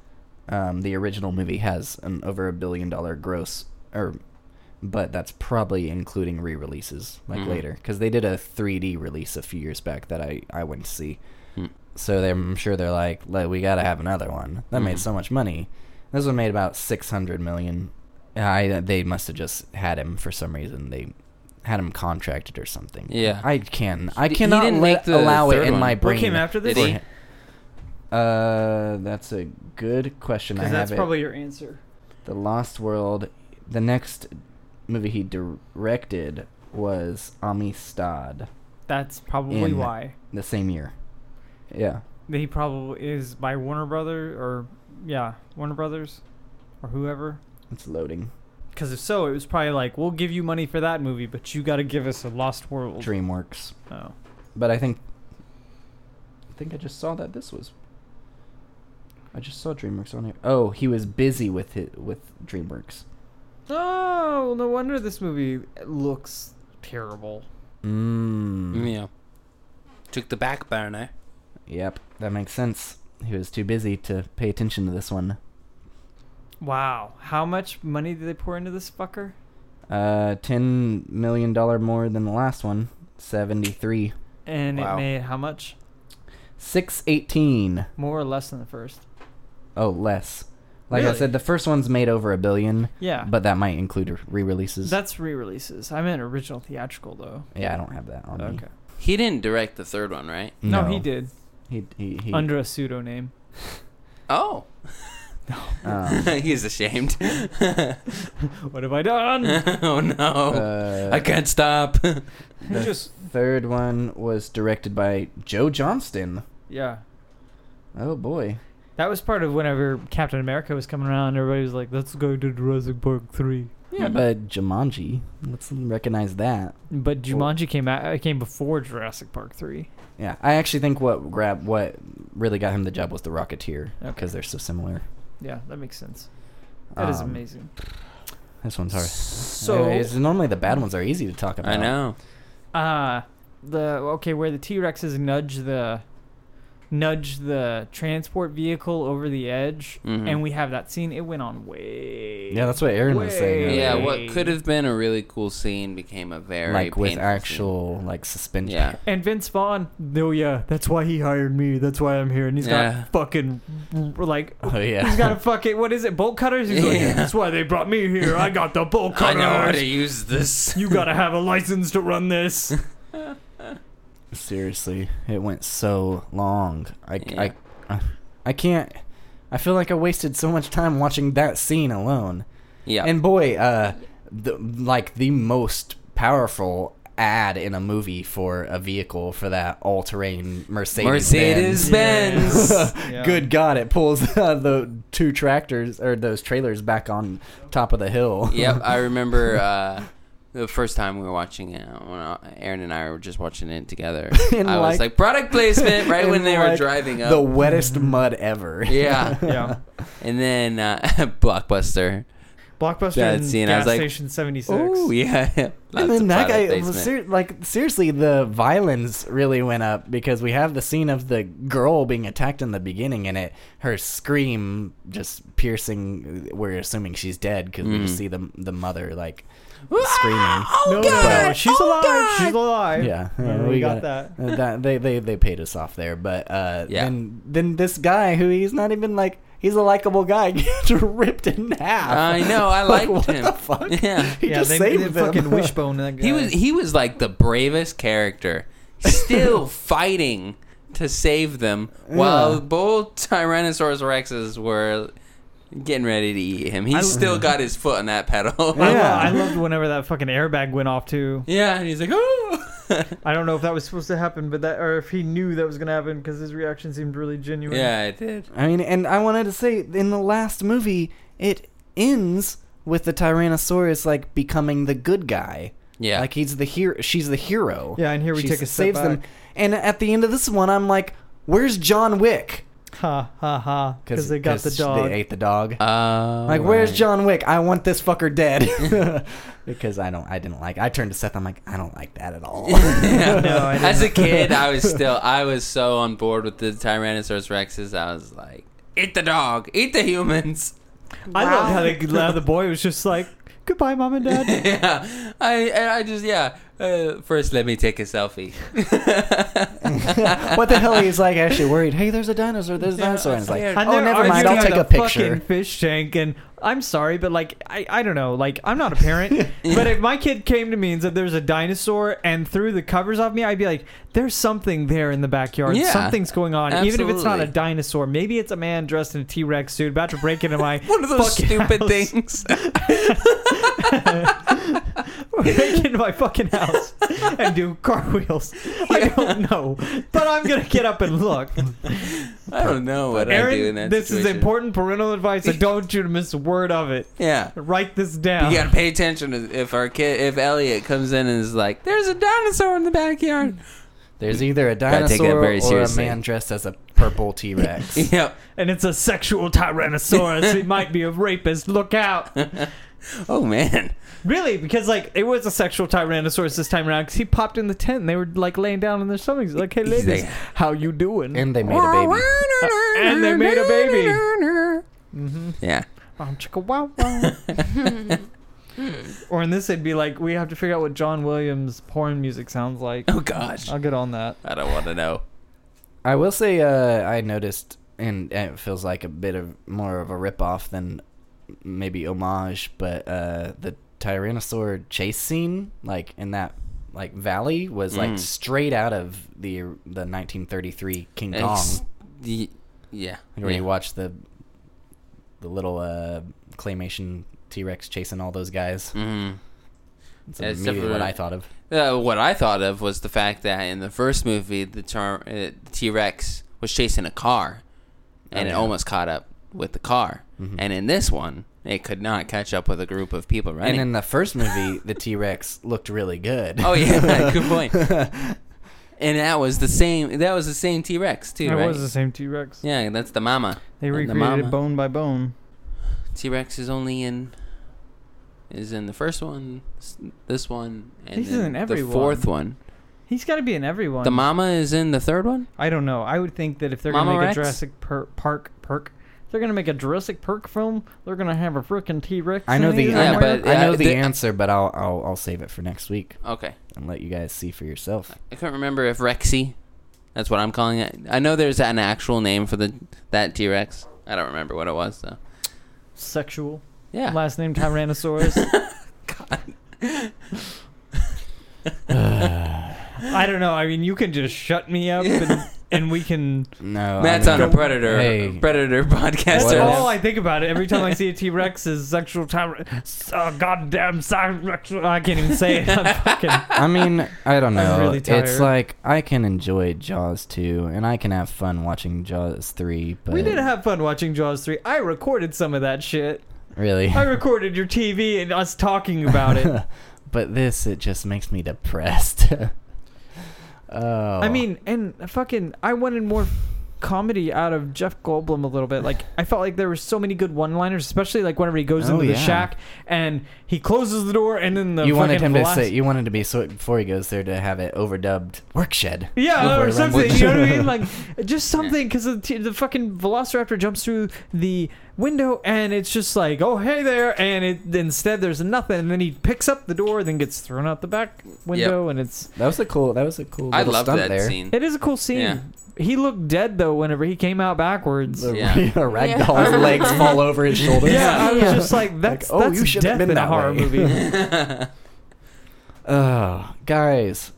S1: Um, the original movie has an over a billion dollar gross or but that's probably including re-releases like
S4: Mhm.
S1: later because they did a 3D release a few years back that I I went to see.
S4: Hmm.
S1: So they're, I'm sure they're like, "Le- we gotta have another one. That made
S4: Mhm.
S1: so much money. This one made about six hundred million. I they must have just had him for some reason. They had him contracted or something.
S4: Yeah.
S1: I can I
S4: He
S1: cannot
S4: didn't
S1: let-
S4: make the
S1: allow it
S4: third
S1: in
S4: one.
S1: my
S4: What
S1: brain.
S2: came after this?
S1: for
S4: Did he?
S1: him. Uh, that's a good question. I
S2: Because
S1: have
S2: that's
S1: it.
S2: probably your answer.
S1: The Lost World. The next movie he directed was Amistad.
S2: That's probably
S1: In-
S2: why.
S1: The same year. Yeah.
S2: He probably is by Warner Brother or, yeah, Warner Brothers or whoever.
S1: It's loading.
S2: Because if so, it was probably like, we'll give you money for that movie, but you got to give us a Lost World.
S1: DreamWorks.
S2: Oh.
S1: But I think I think I just saw that this was I just saw DreamWorks on here. Oh, he was busy with it with DreamWorks.
S2: Oh, well, no wonder this movie looks terrible. Mm.
S1: Mmm.
S4: Yeah, took the back burner.
S1: Yep, that makes sense. He was too busy to pay attention to this one.
S2: Wow. How much money did they pour into this fucker?
S1: Uh, ten million dollar more than the last one. Seventy three.
S2: And
S4: Wow.
S2: it made how much?
S1: Six eighteen.
S2: More or less than the first.
S1: Oh, less. Like I
S2: Really?
S1: said, the first one's made over a billion,
S2: Yeah.
S1: but that might include re-releases.
S2: that's re-releases. I meant original theatrical though.
S1: yeah, I don't have that on me.
S2: Okay.
S4: He didn't direct the third one, right?
S2: No, he did
S1: He he, he
S2: under a pseudonym.
S4: Oh,
S1: um,
S4: he's ashamed.
S2: What have I done?
S4: oh no,
S1: uh,
S4: I can't stop.
S1: the
S2: Just
S1: third one was directed by Joe Johnston.
S2: yeah.
S1: Oh boy.
S2: That was part of whenever Captain America was coming around. Everybody was like, "Let's go to Jurassic Park 3.
S1: Yeah, but Jumanji. Let's recognize that.
S2: But Jumanji came out. It came before Jurassic Park three.
S1: Yeah, I actually think what grab what really got him the job was The Rocketeer because
S2: Okay.
S1: they're so similar.
S2: Yeah, that makes sense. That is
S1: Um,
S2: amazing.
S1: This one's hard.
S2: So
S1: Anyways, normally the bad ones are easy to talk about.
S4: I know.
S2: uh the okay where the t-rexes nudge the nudge the transport vehicle over the edge
S4: Mhm.
S2: and we have that scene it went on way
S1: Yeah, that's what Aaron was saying
S2: way-
S4: Yeah,
S1: Really?
S4: what could have been a really cool scene became a very
S1: Like with
S4: painful scene.
S1: actual like suspension.
S4: Yeah,
S2: and vince vaughn no yeah that's why he hired me that's why i'm here and he's
S4: Yeah.
S2: got fucking like
S1: Oh yeah.
S2: he's got a fucking what is it bolt cutters he's like
S4: Yeah.
S2: that's why they brought me here i got the bolt
S4: I
S2: cutters
S4: know how to use this.
S2: you gotta have a license to run this
S1: Seriously, it went so long. I,
S4: Yeah.
S1: I, I, I can't. I feel like I wasted so much time watching that scene alone.
S4: Yeah,
S1: And boy, uh, the, like the most powerful ad in a movie for a vehicle for that all-terrain Mercedes.
S4: Mercedes Benz.
S2: Yeah.
S1: Good God! It pulls uh, the two tractors or those trailers back on top of the hill.
S4: yep, I remember uh, the first time we were watching it. When I- Aaron and I were just watching it together.
S1: And
S4: I was
S1: like-
S4: like product placement right when
S1: And
S4: they were
S1: like
S4: driving
S1: The
S4: up.
S1: wettest mud ever.
S4: yeah,
S2: yeah
S4: and then uh, Blockbuster.
S2: blockbuster
S4: That
S2: and
S4: scene, I
S2: gas
S4: was like,
S2: station 76
S4: Oh yeah, Lots
S1: and then
S4: of
S1: that
S4: product
S1: guy,
S4: placement.
S1: ser- like, seriously, the violence really went up because we have the scene of the girl being attacked in the beginning, and it her scream just piercing. We're assuming she's dead because we just
S4: Mm.
S1: see the the mother like screaming.
S4: Ah, oh
S2: no,
S4: god,
S2: no, she's
S4: oh,
S2: alive.
S4: God!
S2: She's alive.
S1: Yeah,
S2: Yeah,
S1: yeah,
S2: we got
S1: it. Uh, that they, they they paid us off there, but uh,
S4: Yeah.
S1: then then this guy who he's not even like he's a likable guy gets ripped in half.
S4: I know, I liked
S1: what
S4: him.
S1: The fuck?
S4: Yeah.
S1: he
S6: yeah,
S1: just
S6: they made
S1: saved
S6: a
S1: him.
S6: fucking wishbone. That guy.
S4: He was he was like the bravest character, still fighting to save them while
S1: Yeah.
S4: both Tyrannosaurus Rexes were getting ready to eat him. He
S2: I-
S4: still got his foot on that pedal.
S2: I, lo-
S1: Yeah.
S2: I loved whenever that fucking airbag went off too.
S4: yeah, and he's like, oh.
S2: I don't know if that was supposed to happen, but that or if he knew that was gonna happen because his reaction seemed really genuine.
S4: yeah, I did.
S1: I mean, and I wanted to say in the last movie, it ends with the Tyrannosaurus like becoming the good guy.
S4: Yeah,
S1: Like he's the hero. She's the hero.
S6: Yeah, and here we
S1: She
S6: take a step
S1: saves them.
S6: back.
S1: And at the end of this one, I'm like, "Where's John Wick?"
S2: Ha ha ha. Because they got the
S1: 'cause
S2: dog.
S1: They ate the dog.
S4: Oh,
S1: like, where's
S4: right.
S1: John Wick? I want this fucker dead. because I don't. I didn't like. I turned to Seth. I'm like, I don't like that at all.
S4: Yeah.
S2: No, I didn't.
S4: As a kid, I was still I was so on board with the Tyrannosaurus Rexes. I was like, eat the dog, eat the humans.
S2: I
S5: Wow.
S2: loved how, they, how the boy was just like, "Goodbye, mom and dad."
S4: yeah, I and I just yeah. Uh, first, let me take a selfie.
S1: what the hell? He's like actually worried. Hey, there's a dinosaur. There's a
S4: Yeah,
S1: dinosaur. And it's like,
S4: yeah.
S2: And
S1: oh,
S2: they're
S1: never mind.
S2: arguing
S1: I'll
S2: at
S1: take a
S2: the
S1: picture.
S2: Fucking fish tank, and I'm sorry, but like I, I don't know. Like I'm not a parent, but if my kid came to me and said there's a dinosaur and threw the covers off me, I'd be like, there's something there in the backyard.
S4: Yeah.
S2: Something's going on. Even if it's not a
S4: Absolutely.
S2: dinosaur, maybe it's a man dressed in a T-Rex suit about to break into my
S4: One of those
S2: fucking
S4: stupid
S2: house.
S4: things.
S2: break into my fucking house and do cartwheels. I don't know, but I'm gonna get up and look.
S4: I don't know what I do in
S2: Aaron,
S4: that
S2: this is
S4: situation.
S2: important parental advice. I don't want you to miss a word of it.
S4: Yeah.
S2: Write this down.
S4: You gotta pay attention to if our kid, if Elliot comes in and is like, "There's a dinosaur in the backyard."
S1: There's either a
S4: Gotta take that
S1: dinosaur
S4: very
S1: or a
S4: seriously.
S1: man dressed as a purple T Rex.
S4: yep.
S2: And it's a sexual tyrannosaurus. it might be a rapist. Look out.
S4: Oh man.
S2: Really, because like it was a sexual tyrannosaurus this time around because he popped in the tent and they were like laying down on their stomachs. Like, hey,
S4: He's
S2: ladies,
S4: like-
S2: how you doing?
S1: and they made a baby.
S2: and they made a baby. mm-hmm.
S4: Yeah.
S2: Wow, chicka wow wow. or in this, it'd be like, we have to figure out what John Williams porn music sounds like.
S4: Oh gosh.
S1: Uh,
S2: I'll get on that.
S4: I don't want to know.
S1: I will say uh, I noticed, and and it feels like a bit of more of a ripoff than maybe homage, but uh, the Tyrannosaur chase scene, like in that like valley, was like
S4: Mm.
S1: straight out of the the 1933 King Kong,
S4: Ex- y- yeah.
S1: where
S4: yeah.
S1: you watch the the little uh, claymation T Rex chasing all those guys.
S4: Mhm.
S1: It's
S4: Yeah, it's
S1: immediately what
S4: definitely-
S1: I thought of.
S4: Uh, what I thought of was the fact that in the first movie, the tar- uh, T Rex was chasing a car, and
S1: Oh,
S4: it
S1: yeah. Mm-hmm.
S4: almost caught up with the car. And in this one, it could not catch up with a group of people running.
S1: And in the first movie, the T Rex looked really good.
S4: oh yeah, good point. And that was the same. That was the same T Rex too,
S2: That
S4: right?
S2: was the same T Rex.
S4: yeah, that's the mama.
S2: They
S4: And the
S2: recreated
S4: mama.
S2: bone by bone.
S4: T Rex is only in is in the first one, s- this one, and
S2: He's
S4: then
S2: in
S4: the
S2: every
S4: fourth one.
S2: He's got to be in everyone.
S4: The mama is in the third one.
S2: I don't know. I would think that if they're
S4: Mama
S2: gonna make
S4: Rex?
S2: a Jurassic per- Park perk, if they're gonna make a Jurassic Park film. They're gonna have a frickin' T Rex.
S1: I know the
S4: Yeah,
S1: I know,
S4: but,
S1: I know
S4: uh,
S1: the,
S4: the-
S1: answer, but I'll, I'll I'll save it for next week
S4: Okay,
S1: and let you guys see for yourself.
S4: I couldn't remember if Rexy. That's what I'm calling it. I know there's an actual name for the that T Rex. I don't remember what it was though.
S2: sexual
S4: Yeah.
S2: last name Tyrannosaurus. I don't know. I mean, you can just shut me up and, and we can.
S1: No,
S4: Matt's
S1: Uh, I
S4: on
S1: mean-
S4: a predator
S1: Hey.
S4: predator
S2: That's
S4: podcaster.
S1: What
S2: all
S1: if-
S2: I think about it every time I see a T Rex is sexual tyran. Uh, goddamn sexual. I can't even say it. I'm fucking.
S1: I mean, I don't know.
S2: really
S1: It's
S2: tired.
S1: like I can enjoy Jaws 2 and I can have fun watching Jaws 3, but
S2: We did have fun watching Jaws three. I recorded some of that shit.
S1: really
S2: I recorded your TV and us talking about it.
S1: but this it just makes me depressed. oh.
S2: I mean, and fucking, I wanted more comedy out of Jeff Goldblum a little bit. Like, I felt like there were so many good one-liners, especially like whenever he goes
S1: Oh,
S2: into
S1: yeah.
S2: the shack and he closes the door, and then the
S1: you wanted
S2: fucking
S1: him to
S2: veloc-
S1: say you wanted to be so before he goes there to have it overdubbed workshed. Before
S2: Yeah, or
S1: he lands.
S2: something. You know what I mean? Like, just something because the, t- the fucking Velociraptor jumps through the window, and it's just like, oh hey there, and it instead there's nothing, and then he picks up the door, then gets thrown out the back window, and it's
S1: That was a cool. That was a cool.
S4: I
S1: little
S4: love
S1: stunt
S4: that
S1: there.
S4: scene.
S2: it is a cool scene.
S4: Yeah.
S2: He looked dead though whenever he came out backwards.
S1: The
S4: Yeah.
S1: ragdoll's
S5: Yeah.
S1: legs fall over his shoulders.
S2: Yeah, I was just like, that's
S1: oh,
S2: that's
S1: you shouldn't have
S2: death
S1: been
S2: in a
S1: that
S2: horror
S1: way.
S2: movie.
S1: Oh, guys.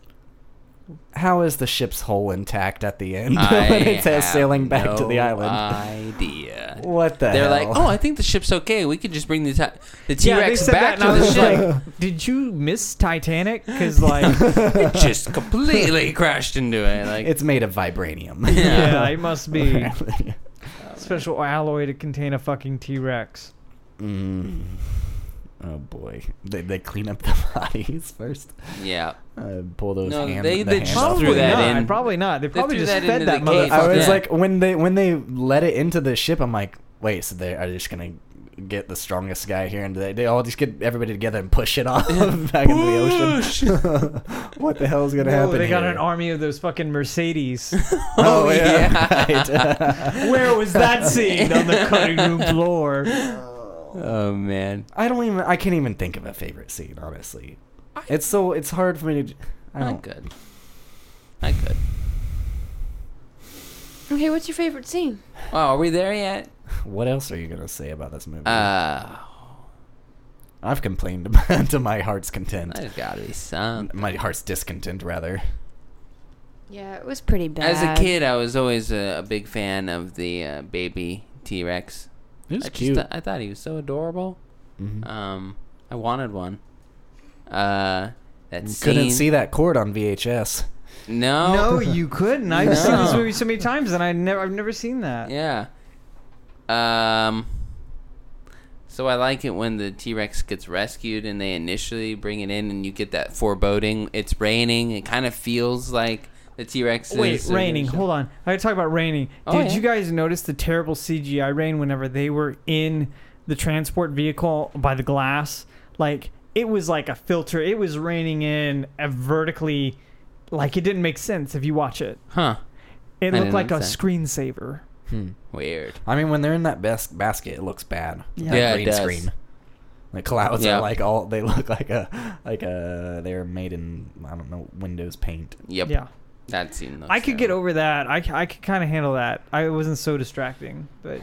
S1: How is the ship's hull intact at the end
S4: I
S1: when it says
S4: have
S1: sailing back to the
S4: no
S1: island?
S4: Idea.
S1: what the
S4: They're
S1: hell?
S4: like, oh, I think the ship's okay. We could just bring the ti- the T
S2: Yeah, they
S4: Rex
S2: said
S4: back
S2: that, and
S4: to
S2: I
S4: the
S2: was
S4: ship.
S2: like, did you miss Titanic? Because like,
S4: It just completely crashed into it. Like,
S1: it's made of vibranium.
S2: yeah, it must be
S1: Apparently.
S2: special alloy to contain a fucking T Rex.
S1: Mm. Oh boy, they, they clean up the bodies first.
S4: yeah,
S1: Uh, pull those
S4: No,
S1: hand- the
S4: they- they
S1: hands
S4: just
S1: off.
S4: threw that
S2: not.
S4: in.
S2: Probably not. They probably
S4: threw
S2: just
S4: that
S2: fed
S4: into
S2: that
S4: the cave.
S1: I
S2: motherfucker.
S1: was
S4: Yeah.
S1: like, when they when they let it into the ship, I'm like, wait, so they are just gonna get the strongest guy here, and they, they all just get everybody together and push it off back into the ocean. what the hell is gonna
S2: Whoa,
S1: happen?
S2: they got
S1: here?
S2: an army of those fucking Mercedes.
S1: Oh, yeah. right.
S2: Where was that scene on the cutting room floor?
S4: Oh man.
S1: I don't even. I can't even think of a favorite scene. Honestly, it's so it's hard for me to. I
S4: Not
S1: don't.
S4: good. Not good.
S5: Okay, what's your favorite scene?
S4: Wow, are we there yet?
S1: What else are you gonna say about this movie?
S4: Uh,
S1: I've complained about to my heart's content.
S4: there's gotta be some.
S1: my heart's discontent, rather.
S5: Yeah, it was pretty bad.
S4: As a kid, I was always a, a big fan of the uh, baby T Rex. I just thought- I thought he was so adorable.
S1: Mhm.
S4: Um, I wanted one. Uh, that
S1: You
S4: scene.
S1: couldn't see that cord on VHS.
S4: No.
S2: No, you couldn't. I've seen this
S4: Oh. No.
S2: movie so many times, and I never, I've never seen that.
S4: Yeah. Um. So I like it when the T Rex gets rescued and they initially bring it in, and you get that foreboding. It's raining. It kind of feels like the T Rex.
S2: Wait, raining. Hold on. I gotta talk about raining. Did
S4: Oh, yeah.
S2: you guys notice the terrible CGI rain whenever they were in the transport vehicle by the glass? Like it was like a filter. It was raining in a vertically. Like it didn't make sense if you watch it.
S4: Huh.
S2: It
S4: I
S2: looked
S4: didn't
S2: like a
S4: notice that.
S2: screensaver.
S4: Hmm. Weird.
S1: I mean, when they're in that bas- basket, it looks bad. That
S4: Yeah, it
S1: green
S4: does.
S1: screen. The clouds
S4: Yeah.
S1: are like all they look like a like a they're made in I don't know Windows Paint.
S4: Yep.
S2: Yeah.
S4: That scene. Looks
S2: I could get
S4: terrible.
S2: over that. I, c- I could kind of handle that. I wasn't so distracting, but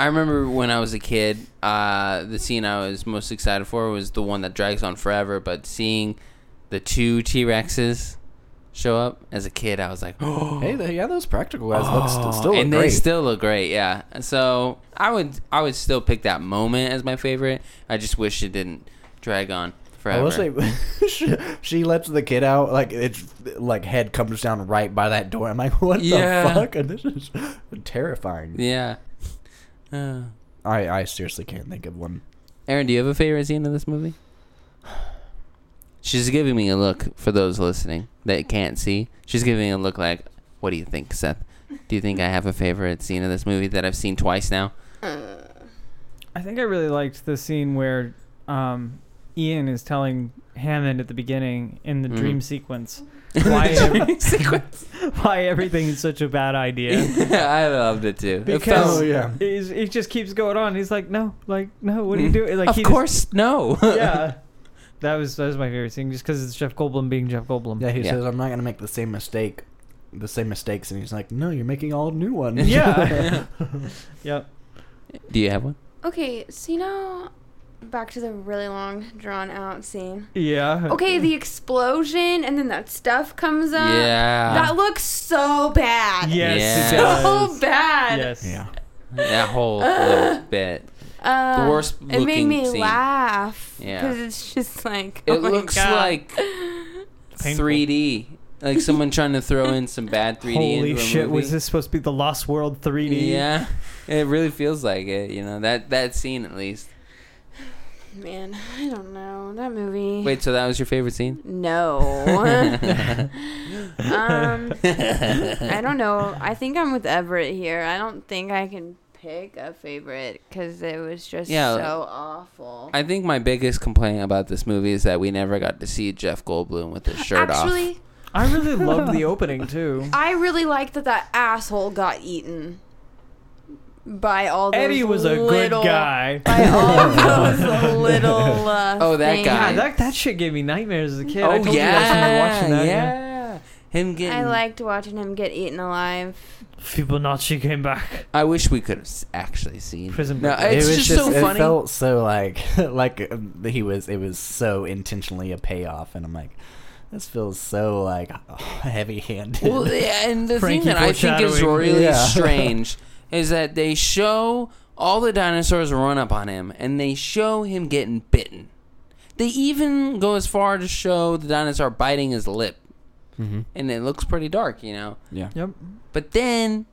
S4: I remember when I was a kid, uh, the scene I was most excited for was the one that drags on forever. But seeing the two T Rexes show up as a kid, I was like, oh,
S1: Hey, the, yeah, those practical guys look st- still look
S4: Uh, and they
S1: great.
S4: still look great. Yeah. So I would I would still pick that moment as my favorite. I just wish it didn't drag on forever.
S1: I will say, she, she lets the kid out like it's like head comes down right by that door. I'm like, what
S4: Yeah.
S1: the fuck? And this is terrifying.
S4: yeah. Uh,
S1: I I seriously can't think of one.
S4: Aaron, do you have a favorite scene in this movie? She's giving me a look for those listening that can't see. She's giving me a look like, "What do you think, Seth? Do you think I have a favorite scene in this movie that I've seen twice now?"
S5: Uh,
S2: I think I really liked the scene where um, Ian is telling Hammond at the beginning in the
S4: Mhm.
S2: dream sequence why, ev-
S4: sequence?
S2: why everything is such a bad idea.
S4: I loved it too. It
S2: Because-
S4: felt-
S2: Oh,
S1: yeah.
S2: He's, he just keeps going on. He's like, no, like, no, what are you
S1: Mm.
S2: doing? Like,
S4: of
S2: he just-
S4: course, no.
S2: yeah. That was that was my favorite scene, just because it's Jeff Goldblum being Jeff Goldblum.
S1: Yeah, he
S4: Yeah.
S1: says I'm not gonna make the same mistake, the same mistakes, and he's like, no, you're making all new ones.
S2: Yeah. yep.
S4: Do you have one?
S5: okay, so you know, back to the really long, drawn out scene.
S2: Yeah.
S5: Okay, the explosion and then that stuff comes up.
S4: yeah.
S5: That looks so bad.
S2: Yes.
S4: Yeah.
S5: So bad.
S2: Yes.
S1: yeah.
S4: That whole little bit.
S5: Uh,
S4: The worst
S5: It made
S4: looking
S5: me
S4: scene.
S5: laugh.
S4: Yeah.
S5: Because it's just like.
S4: It
S5: oh my
S4: looks
S5: God.
S4: like
S2: Painful.
S4: 3D. Like someone trying to throw in some bad 3D.
S2: Holy
S4: into a
S2: shit!
S4: movie.
S2: Was this supposed to be the Lost World 3D?
S4: Yeah, it really feels like it. You know that that scene at least.
S5: Man, I don't know. That movie.
S4: Wait, so that was your favorite scene?
S5: No. um, I don't know. I think I'm with Everett here. I don't think I can pick a favorite because it was just
S4: Yeah.
S5: so awful.
S4: I think my biggest complaint about this movie is that we never got to see Jeff Goldblum with his shirt
S5: Actually,
S4: off.
S2: I really loved the opening too.
S5: I really liked that that asshole got eaten by all those
S2: Eddie was a
S5: little,
S2: good guy.
S5: By all those little. Uh,
S4: Oh, that
S5: things.
S4: guy.
S2: God, that, that shit gave me nightmares as a kid. I
S4: Oh
S2: told you guys when we were
S4: yeah,
S2: watching that.
S4: yeah. Him getting.
S5: I liked watching him get eaten alive.
S2: Fibonacci came back.
S4: I wish we could have s- actually seen.
S2: Prison
S4: No,
S2: break.
S4: it's
S1: it was
S4: just, so funny.
S1: It felt so like like um, he was. It was so intentionally a payoff, and I'm like, this feels so like heavy-handed.
S4: well, yeah, and the
S2: Frankie
S4: thing that I think is
S2: foreshadowing.
S4: really
S1: Yeah.
S4: strange is that they show all the dinosaurs run up on him, and they show him getting bitten. They even go as far to show the dinosaur biting his lip,
S1: mm-hmm.
S4: and it looks pretty dark, you know.
S1: Yeah.
S2: Yep.
S4: But then,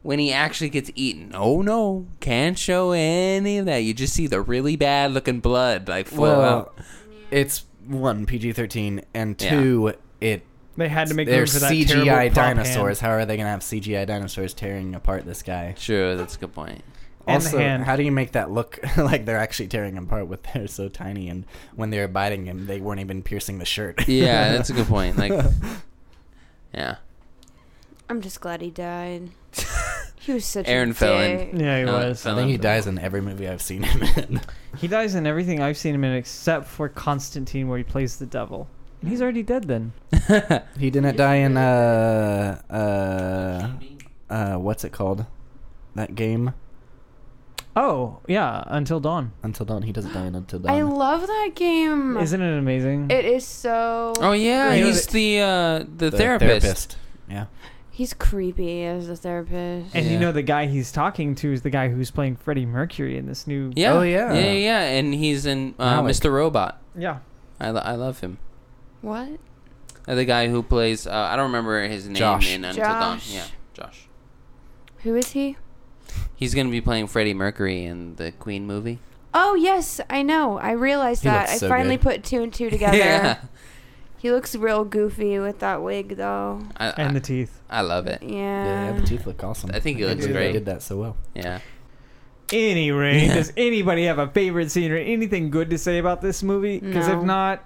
S4: when he actually gets eaten, oh no, can't show any of that. You just see the really bad looking blood like flow
S1: Well,
S4: out.
S1: it's one PG-13 and two it.
S2: They had to make
S1: they're
S2: room for that terrible
S1: CGI
S2: prop hand.
S1: dinosaurs. How are they gonna have CGI dinosaurs tearing apart this guy?
S4: Sure, that's a good point.
S2: And the
S1: Also,
S2: hand.
S1: how do you make that look like they're actually tearing him apart with they're so tiny and when they were biting him they weren't even piercing the shirt?
S4: Yeah, that's a good point. Like, yeah,
S5: I'm just glad he died. He was such
S4: Aaron
S5: a
S4: fell in.
S5: dick.
S2: Yeah, he
S4: No,
S2: was.
S4: no.
S1: I think he dies in every movie I've seen him in.
S2: He dies in everything I've seen him in except for Constantine, where he plays the devil. And he's already dead then.
S1: he didn't die in uh uh uh what's it called? That game
S2: Oh yeah, Until Dawn.
S1: Until Dawn. He doesn't die in Until Dawn.
S5: I love that game.
S2: Isn't it amazing?
S5: it is so.
S4: Oh yeah,
S2: You know
S4: he's
S2: that-
S4: the uh, the, therapist.
S1: Yeah.
S5: He's creepy as a therapist.
S2: and
S4: Yeah.
S2: you know the guy he's talking to is the guy who's playing Freddie Mercury in this new.
S4: Yeah.
S1: Oh, yeah.
S4: yeah, yeah, and he's in uh,
S1: Alec.
S4: Mr. Robot.
S2: Yeah.
S4: I, lo- I love him.
S5: What?
S4: Uh, the guy who plays uh, I don't remember his name
S1: Josh.
S4: in Until Dawn.
S5: Josh.
S4: Yeah, Josh.
S5: Who is he?
S4: He's gonna be playing Freddie Mercury in the Queen movie.
S5: Oh yes, I know. I realized
S1: He
S5: that.
S1: looks
S5: I
S1: so
S5: finally
S1: good.
S5: put two and two together. He looks real goofy with that wig though.
S4: I,
S2: And
S4: I,
S2: the teeth.
S4: I love it.
S5: Yeah.
S1: yeah, the teeth look awesome.
S4: I think he
S1: I
S4: looks
S1: can't believe
S4: great.
S1: They did that so well.
S4: Yeah.
S2: Any rate,
S4: Yeah.
S2: does anybody have a favorite scene or anything good to say about this movie? Because
S5: No.
S2: if not,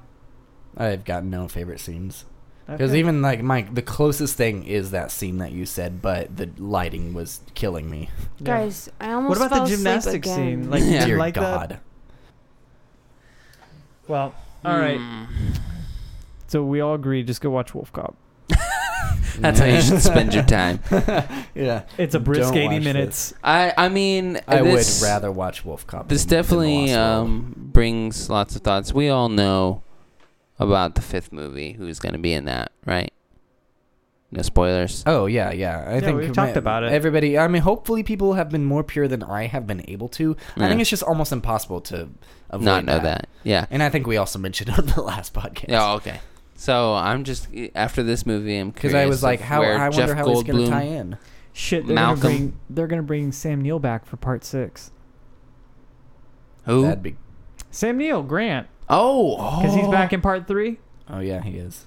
S1: I've got no favorite scenes. Because
S2: okay.
S1: even like Mike, the closest thing is that scene that you said, but the lighting was killing me.
S2: Yeah.
S5: Guys, I almost
S2: What about
S5: fell
S2: the
S5: asleep
S2: gymnastics
S5: again.
S2: scene? Like,
S4: Yeah.
S2: did you
S1: Dear
S2: like
S1: God,
S2: that? Well, all right.
S4: Mm.
S2: So we all agree, just go watch Wolf Cop.
S4: That's how you should spend your time.
S1: yeah,
S2: It's a brisk
S1: Don't
S2: eighty
S1: watch
S2: minutes.
S4: I I mean
S1: I
S4: this,
S1: would rather watch Wolf Cop.
S4: This
S1: than- than
S4: definitely
S1: Lost World.
S4: um, brings lots of thoughts. We all know about the fifth movie. Who's going to be in that, right? No spoilers.
S1: Oh yeah, yeah. I
S2: Yeah,
S1: think
S2: we've talked about it.
S1: Everybody, I mean, hopefully, people have been more pure than I have been able to. I
S4: Yeah.
S1: think it's just almost impossible to avoid
S4: Not know that. Yeah.
S1: And I think we also mentioned it on the last podcast.
S4: Yeah. Oh, okay. So I'm just after this movie, I'm
S1: because
S4: because
S1: I was like, how I wonder
S4: Jeff
S1: how it's going
S4: Goldblum.
S1: to tie in.
S2: Shit, they're gonna
S4: they're gonna Malcolm.
S2: bring
S4: bring-
S2: they're gonna bring Sam Neill back for part six.
S4: Who?
S1: That'd be.
S2: Sam Neill, Grant,
S4: oh,
S2: because he's
S4: oh.
S2: back in part three.
S1: Oh yeah, he is.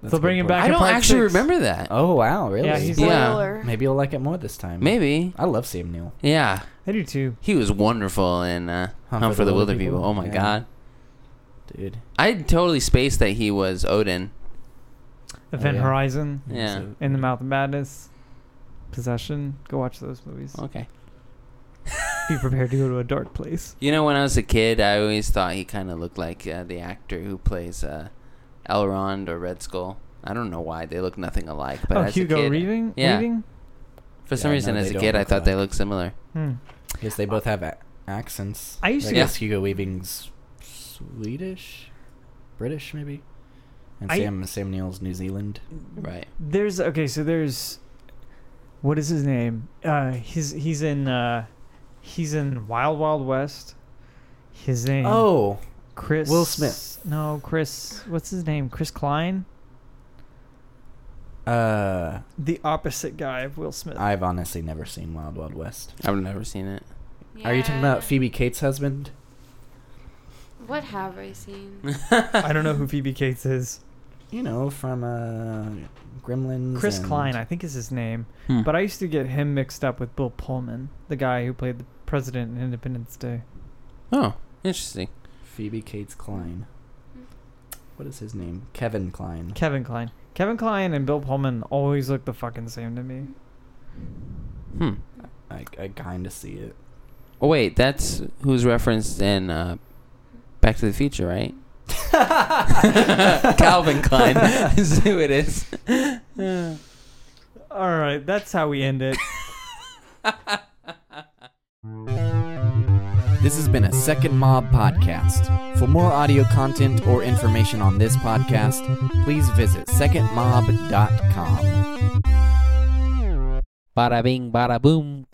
S1: That's
S2: They'll
S1: a
S2: bring
S1: good
S2: him
S1: point.
S2: back
S4: I
S2: in
S4: don't
S2: part
S4: actually
S2: six.
S4: remember that.
S1: Oh wow, really?
S2: Yeah, he's-
S4: Yeah.
S5: Spoiler.
S1: Maybe I'll like it more this time.
S4: Maybe.
S1: I love Sam Neill.
S4: Yeah.
S2: I do too.
S4: He was wonderful in uh, Hunt, for the, Wilder People. Oh my
S1: Yeah.
S4: god.
S1: Dude.
S4: I totally spaced that he was Odin.
S2: Event
S1: yeah.
S2: Horizon,
S4: Yeah.
S1: So-
S2: In the Mouth of Madness, Possession. Go watch those movies.
S4: Okay.
S2: Be prepared to go to a dark place.
S4: You know, when I was a kid, I always thought he kind of looked like uh, the actor who plays uh, Elrond or Red Skull. I don't know why they look nothing alike, but
S2: oh,
S4: as a
S2: Hugo
S4: kid, uh,
S2: Reaving.
S4: Yeah.
S2: Reaving?
S4: for some
S1: Yeah,
S4: reason,
S1: no,
S4: as
S1: they
S4: a
S1: don't
S4: kid, I
S1: look
S4: thought they
S1: alike.
S4: looked similar.
S2: Hmm.
S1: Because they both have a- accents.
S2: I used to
S1: guess Hugo Weaving's Swedish, British maybe, and
S2: I-
S1: Sam Sam Neill's New Zealand.
S4: Right.
S2: There's okay, so there's what is his name? Uh, he's he's in uh, he's in Wild Wild West. His name.
S1: Oh,
S2: Chris
S1: Will Smith.
S2: No, Chris. What's his name? Chris Klein.
S1: uh,
S2: The opposite guy of Will Smith.
S1: I've honestly never seen Wild Wild West.
S4: I've never seen it.
S1: Are you talking
S5: Yeah.
S1: about Phoebe Cates' husband?
S5: What have I seen?
S2: I don't know who Phoebe Cates is.
S1: You know, from uh, Gremlins.
S2: Chris
S1: and-
S2: Klein, I think, is his name.
S4: Hmm.
S2: But I used to get him mixed up with Bill Pullman, the guy who played the president in Independence Day.
S4: oh, interesting.
S1: Phoebe Cates Klein. What is his name? Kevin Klein.
S2: Kevin Klein. Kevin Klein and Bill Pullman always look the fucking same to me.
S4: Hmm.
S1: I, I kind of see it.
S4: Oh wait, that's who's referenced in uh, Back to the Future, right? Calvin Klein is who it is.
S2: All right, that's how we end it.
S1: This has been a Second Mob podcast. For more audio content or information on this podcast, please visit secondmob.com.
S4: Bada bing, bada boom.